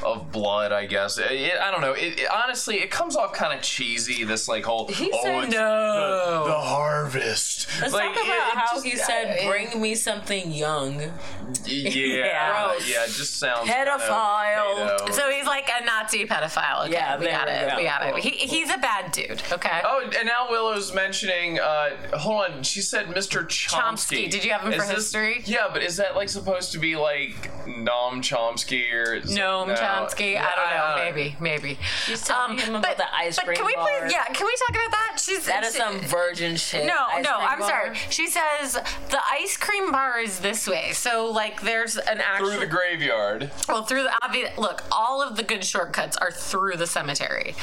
[SPEAKER 4] of blood. I guess I- it, I don't know. It, it- honestly it comes off kind of cheesy. This like whole oh
[SPEAKER 2] said
[SPEAKER 4] it's
[SPEAKER 2] no.
[SPEAKER 4] the, the harvest.
[SPEAKER 3] Let's
[SPEAKER 4] Like,
[SPEAKER 3] talk
[SPEAKER 4] it-
[SPEAKER 3] about
[SPEAKER 4] it
[SPEAKER 3] how
[SPEAKER 4] just-
[SPEAKER 3] he said, "Bring me something young."
[SPEAKER 4] yeah
[SPEAKER 3] Gross.
[SPEAKER 4] yeah. It just sounds
[SPEAKER 3] Pedophile.
[SPEAKER 4] Kind of
[SPEAKER 2] So he's like a Nazi pedophile. Okay,
[SPEAKER 3] Yeah,
[SPEAKER 2] we
[SPEAKER 3] there
[SPEAKER 2] got
[SPEAKER 3] we
[SPEAKER 2] it.
[SPEAKER 3] go.
[SPEAKER 2] We got
[SPEAKER 3] Cool,
[SPEAKER 2] it. He, He's a bad dude. Okay.
[SPEAKER 4] Oh, and now Willow's mentioning. Uh, hold on, she said Mr. Chomsky.
[SPEAKER 2] Chomsky. Did you have him
[SPEAKER 4] Is
[SPEAKER 2] for history?
[SPEAKER 4] Yeah, but is that like supposed to be like Noam Chomsky or is-
[SPEAKER 2] Noam Chomsky. I don't know. Maybe, maybe. Um,
[SPEAKER 3] She's telling him about the ice
[SPEAKER 2] but
[SPEAKER 3] cream
[SPEAKER 2] Can we
[SPEAKER 3] bar.
[SPEAKER 2] please? Yeah. Can we talk about that? She's
[SPEAKER 3] That is
[SPEAKER 2] she-
[SPEAKER 3] some virgin shit.
[SPEAKER 2] No,
[SPEAKER 3] Ice
[SPEAKER 2] no,
[SPEAKER 3] cream
[SPEAKER 2] I'm
[SPEAKER 3] bar.
[SPEAKER 2] sorry. She says the ice cream bar is this way. So like there's an actual
[SPEAKER 4] Through the graveyard.
[SPEAKER 2] well through the obvious look, all of the good shortcuts are through the cemetery.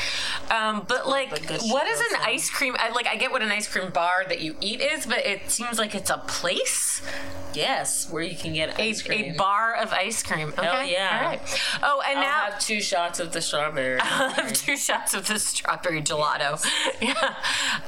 [SPEAKER 2] Um, but like
[SPEAKER 3] good
[SPEAKER 2] what is an
[SPEAKER 3] shortcuts.
[SPEAKER 2] ice cream I like I get what an ice cream bar that you eat is, but it seems like it's a place.
[SPEAKER 3] Yes, where you can get
[SPEAKER 2] A,
[SPEAKER 3] ice cream.
[SPEAKER 2] a bar of ice cream. Okay.
[SPEAKER 3] yeah.
[SPEAKER 2] All right. Oh, and
[SPEAKER 3] I'll
[SPEAKER 2] now Um,
[SPEAKER 3] have two shots of the strawberry
[SPEAKER 2] have two shots of the strawberry gelato. Yeah.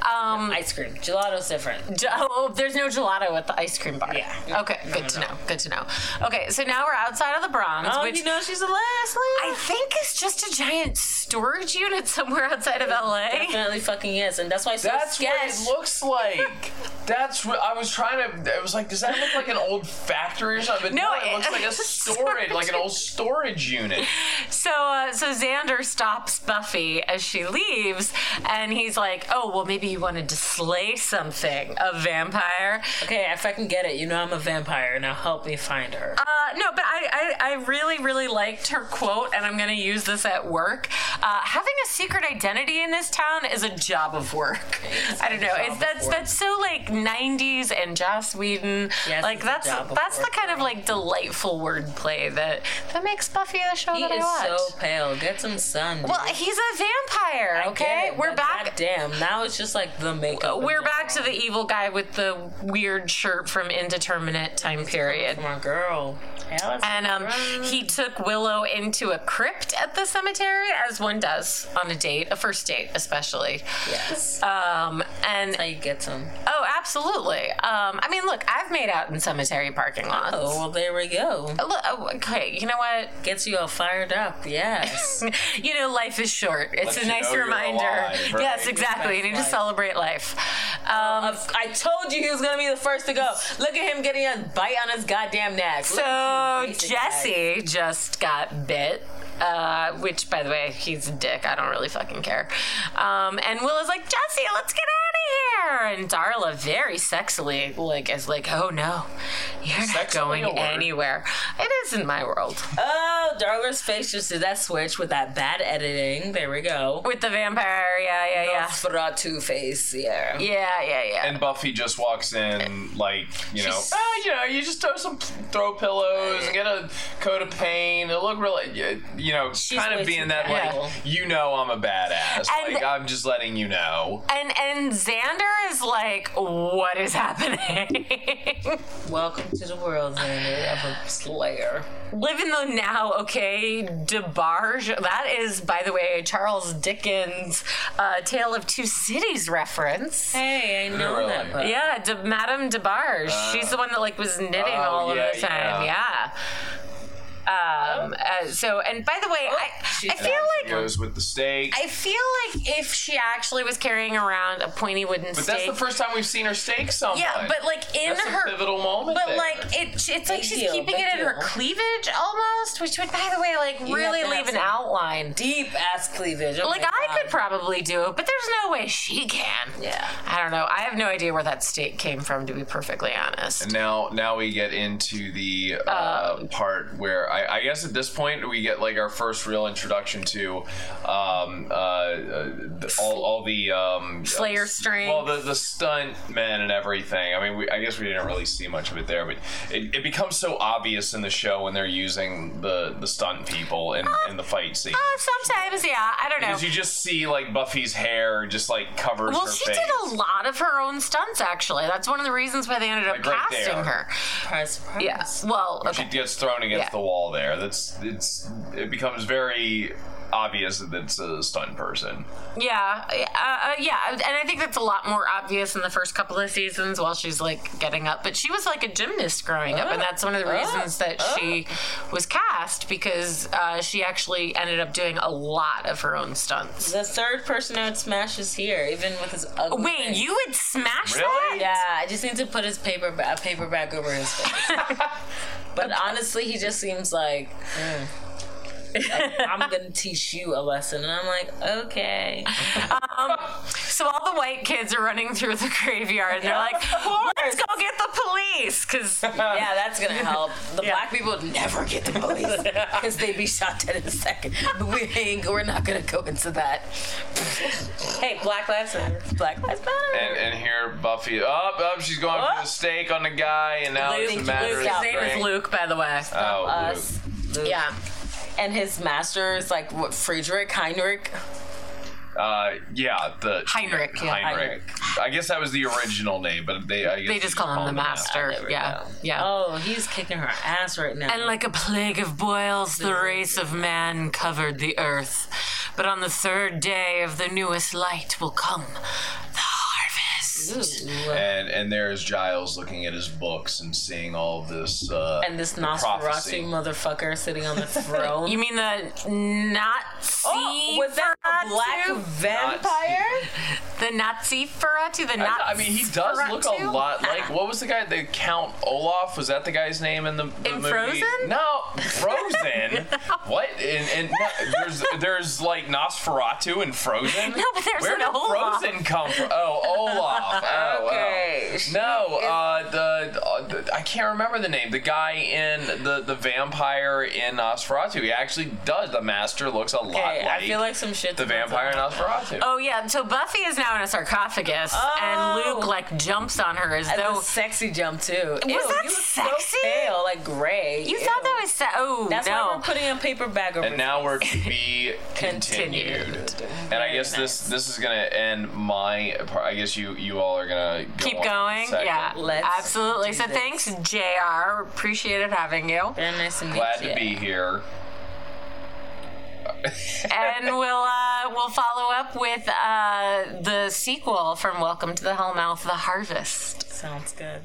[SPEAKER 2] Um,
[SPEAKER 3] ice cream. Gelato's different.
[SPEAKER 2] ge- oh, there's no gelato at the ice cream bar.
[SPEAKER 3] Yeah.
[SPEAKER 2] Okay.
[SPEAKER 3] No,
[SPEAKER 2] good
[SPEAKER 3] no,
[SPEAKER 2] to
[SPEAKER 3] no.
[SPEAKER 2] know. Good to know. Okay. So now we're outside of the Bronx,
[SPEAKER 3] Oh,
[SPEAKER 2] which
[SPEAKER 3] you know she's a Leslie.
[SPEAKER 2] I think is just a giant storage unit somewhere outside of LA.
[SPEAKER 3] Definitely fucking is, and that's why it's so
[SPEAKER 4] That's
[SPEAKER 3] sketch.
[SPEAKER 4] what it looks like. That's what I was trying to. I was like, does that look like an old factory or something? But
[SPEAKER 2] No,
[SPEAKER 4] no, it,
[SPEAKER 2] it-
[SPEAKER 4] looks like a storage, like an old storage unit.
[SPEAKER 2] So, uh, so Xander stops Buffy as she leaves, and he's like, "Oh, well, maybe you wanted to slay something, a vampire."
[SPEAKER 3] okay, if I can get it, you know I'm a vampire. Now help me find her.
[SPEAKER 2] Uh, no, but I, I, I really, really liked her quote, and I'm going to use this at work. Uh, having a secret identity in this town is a job of work. I don't know. It's that's that's so like '90s and Joss Whedon.
[SPEAKER 3] Yes,
[SPEAKER 2] like
[SPEAKER 3] it's a
[SPEAKER 2] that's
[SPEAKER 3] job of
[SPEAKER 2] that's the
[SPEAKER 3] work,
[SPEAKER 2] kind of like delightful wordplay that that makes Buffy the show
[SPEAKER 3] he
[SPEAKER 2] that
[SPEAKER 3] is
[SPEAKER 2] I watch.
[SPEAKER 3] so pale. Get some sun. dude.
[SPEAKER 2] well, he's a vampire.
[SPEAKER 3] I get
[SPEAKER 2] Okay,
[SPEAKER 3] it,
[SPEAKER 2] we're
[SPEAKER 3] but
[SPEAKER 2] back.
[SPEAKER 3] Damn, now it's just like the makeup.
[SPEAKER 2] We're back to the evil guy with the weird shirt from indeterminate time period.
[SPEAKER 3] Come on, girl. Hell, it's
[SPEAKER 2] And um, he took Willow into a crypt at the cemetery, as one does on a date, a first date especially.
[SPEAKER 3] yes.
[SPEAKER 2] Um, and
[SPEAKER 3] How you get some?
[SPEAKER 2] oh, absolutely. Um, I mean, look, I've made out in cemetery parking lots.
[SPEAKER 3] Oh well, there we go.
[SPEAKER 2] Look, oh, okay, you know what?
[SPEAKER 3] Gets you all fired up. Yes.
[SPEAKER 2] you know, life is short. It's
[SPEAKER 4] Lets
[SPEAKER 2] a
[SPEAKER 4] you
[SPEAKER 2] nice
[SPEAKER 4] know you're
[SPEAKER 2] reminder.
[SPEAKER 4] alive, right?
[SPEAKER 2] Yes, exactly. You need to
[SPEAKER 3] Life.
[SPEAKER 2] celebrate life. Um,
[SPEAKER 3] Of- I told you he was gonna be the first to go. Look at him getting a bite on his goddamn neck. Look
[SPEAKER 2] So
[SPEAKER 3] at you, basic
[SPEAKER 2] Jesse just got bit. Uh, which, by the way, he's a dick. I don't really fucking care. Um, and Will is like, Jesse, let's get out of here. And Darla, very sexily, like, is like, oh no, you're not
[SPEAKER 4] Sexily
[SPEAKER 2] going
[SPEAKER 4] a word?
[SPEAKER 2] anywhere. It is in my world
[SPEAKER 3] guy. Oh, Darla's face just did that switch with that bad editing. There we go.
[SPEAKER 2] with the vampire. Yeah, yeah, yeah,
[SPEAKER 3] Nosferatu face. Yeah.
[SPEAKER 2] yeah, yeah, yeah.
[SPEAKER 4] And Buffy just walks in, like you know, oh, you know, you just throw some throw pillows and get a coat of paint. It look really, you know, kind
[SPEAKER 3] way
[SPEAKER 4] of being
[SPEAKER 3] too
[SPEAKER 4] that
[SPEAKER 2] casual.
[SPEAKER 4] like, you know, I'm a badass.
[SPEAKER 2] And-
[SPEAKER 4] like I'm just letting you know.
[SPEAKER 2] And and Xander is like, what is happening?
[SPEAKER 3] Welcome to the world, Xander, of a slayer.
[SPEAKER 2] Live in the now, okay? DeBarge. That is, by the way, a Charles Dickens' uh, Tale of Two Cities reference.
[SPEAKER 3] Hey, I know
[SPEAKER 4] Really?
[SPEAKER 3] that book.
[SPEAKER 2] Yeah, De- Madame DeBarge. She's the one that like was knitting
[SPEAKER 4] Uh, oh,
[SPEAKER 2] all
[SPEAKER 4] yeah,
[SPEAKER 2] of the time. Yeah. Um, uh, so, and by the way,
[SPEAKER 4] Oh,
[SPEAKER 2] I,
[SPEAKER 3] she's
[SPEAKER 2] I feel like
[SPEAKER 4] Goes with the steak.
[SPEAKER 2] I feel like if she actually was carrying around a pointy wooden
[SPEAKER 4] but
[SPEAKER 2] stake.
[SPEAKER 4] that's the first time we've seen her steak someone.
[SPEAKER 2] yeah, but like in
[SPEAKER 4] That's a
[SPEAKER 2] her
[SPEAKER 4] pivotal moment
[SPEAKER 2] But
[SPEAKER 4] there.
[SPEAKER 2] like it, it's like she's
[SPEAKER 3] deal,
[SPEAKER 2] keeping
[SPEAKER 3] big
[SPEAKER 2] it in her
[SPEAKER 3] deal.
[SPEAKER 2] cleavage almost, which would, by the way, like
[SPEAKER 3] have
[SPEAKER 2] really
[SPEAKER 3] to have
[SPEAKER 2] leave an
[SPEAKER 3] some-
[SPEAKER 2] outline.
[SPEAKER 3] Deep ass cleavage. Oh
[SPEAKER 2] Like
[SPEAKER 3] my
[SPEAKER 2] I
[SPEAKER 3] God.
[SPEAKER 2] could probably do it, but there's no way she can.
[SPEAKER 3] Yeah.
[SPEAKER 2] I don't know. I have no idea where that steak came from, to be perfectly honest.
[SPEAKER 4] now now we get into the uh,
[SPEAKER 2] Um.
[SPEAKER 4] part where I, I guess at this point we get like our first real introduction to um, uh, uh, the, all, all the um,
[SPEAKER 2] Slayer strength.
[SPEAKER 4] well the the stunt men and everything. I mean, we, I guess we didn't really see much of it there, but it, it becomes so obvious in the show when they're using the the stunt people in, in the fight scene.
[SPEAKER 2] Uh, sometimes, yeah. I don't know.
[SPEAKER 4] because you just see like Buffy's hair just like covers
[SPEAKER 2] Well,
[SPEAKER 4] her
[SPEAKER 2] she
[SPEAKER 4] face.
[SPEAKER 2] did a lot of her own stunts, actually. That's one of the reasons why they ended up
[SPEAKER 4] Like right
[SPEAKER 2] casting
[SPEAKER 4] there.
[SPEAKER 2] her.
[SPEAKER 3] Surprise, surprise.
[SPEAKER 2] Yes. Well, okay.
[SPEAKER 4] She gets thrown against
[SPEAKER 2] Yeah.
[SPEAKER 4] the wall there. That's it's it becomes very obvious that it's a stunt person.
[SPEAKER 2] Yeah, uh, uh, yeah, and I think that's a lot more obvious in the first couple of seasons while she's like getting up. But she was like a gymnast growing up, and that's one of the
[SPEAKER 3] Oh,
[SPEAKER 2] reasons that she was cast because uh, she actually ended up doing a lot of her own stunts.
[SPEAKER 3] The third person I would smash is here, even with his ugly.
[SPEAKER 2] Wait,
[SPEAKER 3] face.
[SPEAKER 2] you would smash that?
[SPEAKER 4] Really?
[SPEAKER 3] Yeah, I just need to put his paper ba- a paper bag over his face. but honestly, he just seems like. mm, like, I'm gonna teach you a lesson, and I'm like, okay.
[SPEAKER 2] So all the white kids are running through the graveyard, and they're like, "Let's go get the police!" Because
[SPEAKER 3] Yeah, that's gonna help. The black people never get the police because they be shot dead in a second. But we ain't. We're not gonna go into that. hey, Black Lives Matter. Black Lives Matter.
[SPEAKER 4] And, and here Buffy up up she's going for the stake on the guy and now it's a
[SPEAKER 3] Luke,
[SPEAKER 4] matter
[SPEAKER 3] Luke's
[SPEAKER 4] of
[SPEAKER 2] his
[SPEAKER 3] out.
[SPEAKER 2] name is
[SPEAKER 4] strength.
[SPEAKER 2] Luke, by the way.
[SPEAKER 4] Oh,
[SPEAKER 3] Us. Luke.
[SPEAKER 2] yeah.
[SPEAKER 3] And his master is like what Friedrich Heinrich.
[SPEAKER 4] Luke. Uh, yeah, the
[SPEAKER 2] Heinrich, yeah.
[SPEAKER 4] Heinrich. I guess that was the original name, but they I guess
[SPEAKER 2] They just call him
[SPEAKER 4] called
[SPEAKER 2] the master.
[SPEAKER 3] There we
[SPEAKER 2] Yeah,
[SPEAKER 3] go.
[SPEAKER 2] yeah.
[SPEAKER 3] Oh, he's kicking her ass right now.
[SPEAKER 2] And like a plague of boils, the race of man covered the earth. But on the third day of the newest light will come the harvest.
[SPEAKER 3] Ooh.
[SPEAKER 4] And and there's Giles looking at his books and seeing all this uh,
[SPEAKER 3] and this
[SPEAKER 4] the
[SPEAKER 3] Nosferatu
[SPEAKER 4] prophecy.
[SPEAKER 3] motherfucker sitting on the throne.
[SPEAKER 2] You mean the not
[SPEAKER 3] oh, was that a black vampire?
[SPEAKER 2] the Nazi Feratu? The Nazi.
[SPEAKER 4] I mean, he does look a lot like what was the guy? The Count Olaf was that the guy's name in the, the
[SPEAKER 2] In
[SPEAKER 4] movie?
[SPEAKER 2] Frozen?
[SPEAKER 4] No, Frozen. what? And, and no, there's there's like Nosferatu in Frozen.
[SPEAKER 2] No, but there's
[SPEAKER 4] Where
[SPEAKER 2] an
[SPEAKER 4] did
[SPEAKER 2] Olaf.
[SPEAKER 4] Frozen come from? Oh, Olaf. Oh, oh.
[SPEAKER 3] Okay. She
[SPEAKER 4] No, uh, the, uh, the I can't remember the name. The guy in the the vampire in Nosferatu. He actually does. The master looks a lot
[SPEAKER 3] Okay,
[SPEAKER 4] like.
[SPEAKER 3] I feel like some shit.
[SPEAKER 4] the vampire in Nosferatu.
[SPEAKER 2] Oh yeah, so Buffy is now in a sarcophagus, and Luke like jumps on her as
[SPEAKER 3] And
[SPEAKER 2] though
[SPEAKER 3] Oh. the sexy jump too. Was
[SPEAKER 2] that
[SPEAKER 3] you look
[SPEAKER 2] sexy?
[SPEAKER 3] So pale, like gray.
[SPEAKER 2] you
[SPEAKER 3] Ew.
[SPEAKER 2] thought that was. Sa- oh
[SPEAKER 3] That's
[SPEAKER 2] no.
[SPEAKER 3] why we're putting a paper bag over.
[SPEAKER 4] and now we're to be
[SPEAKER 3] Continued.
[SPEAKER 4] continued. And I guess this this is gonna end my part. I guess you you all are gonna go
[SPEAKER 2] keep
[SPEAKER 4] on for a
[SPEAKER 2] going.
[SPEAKER 4] second.
[SPEAKER 2] Yeah,
[SPEAKER 3] Let's
[SPEAKER 2] absolutely.
[SPEAKER 3] do
[SPEAKER 2] So
[SPEAKER 3] this.
[SPEAKER 2] thanks, Jr. Appreciated having you,
[SPEAKER 3] Very nice and
[SPEAKER 4] Glad to be here.
[SPEAKER 2] and we'll uh, we'll follow up with uh, the sequel from Welcome to the Hellmouth, The Harvest.
[SPEAKER 3] Sounds good.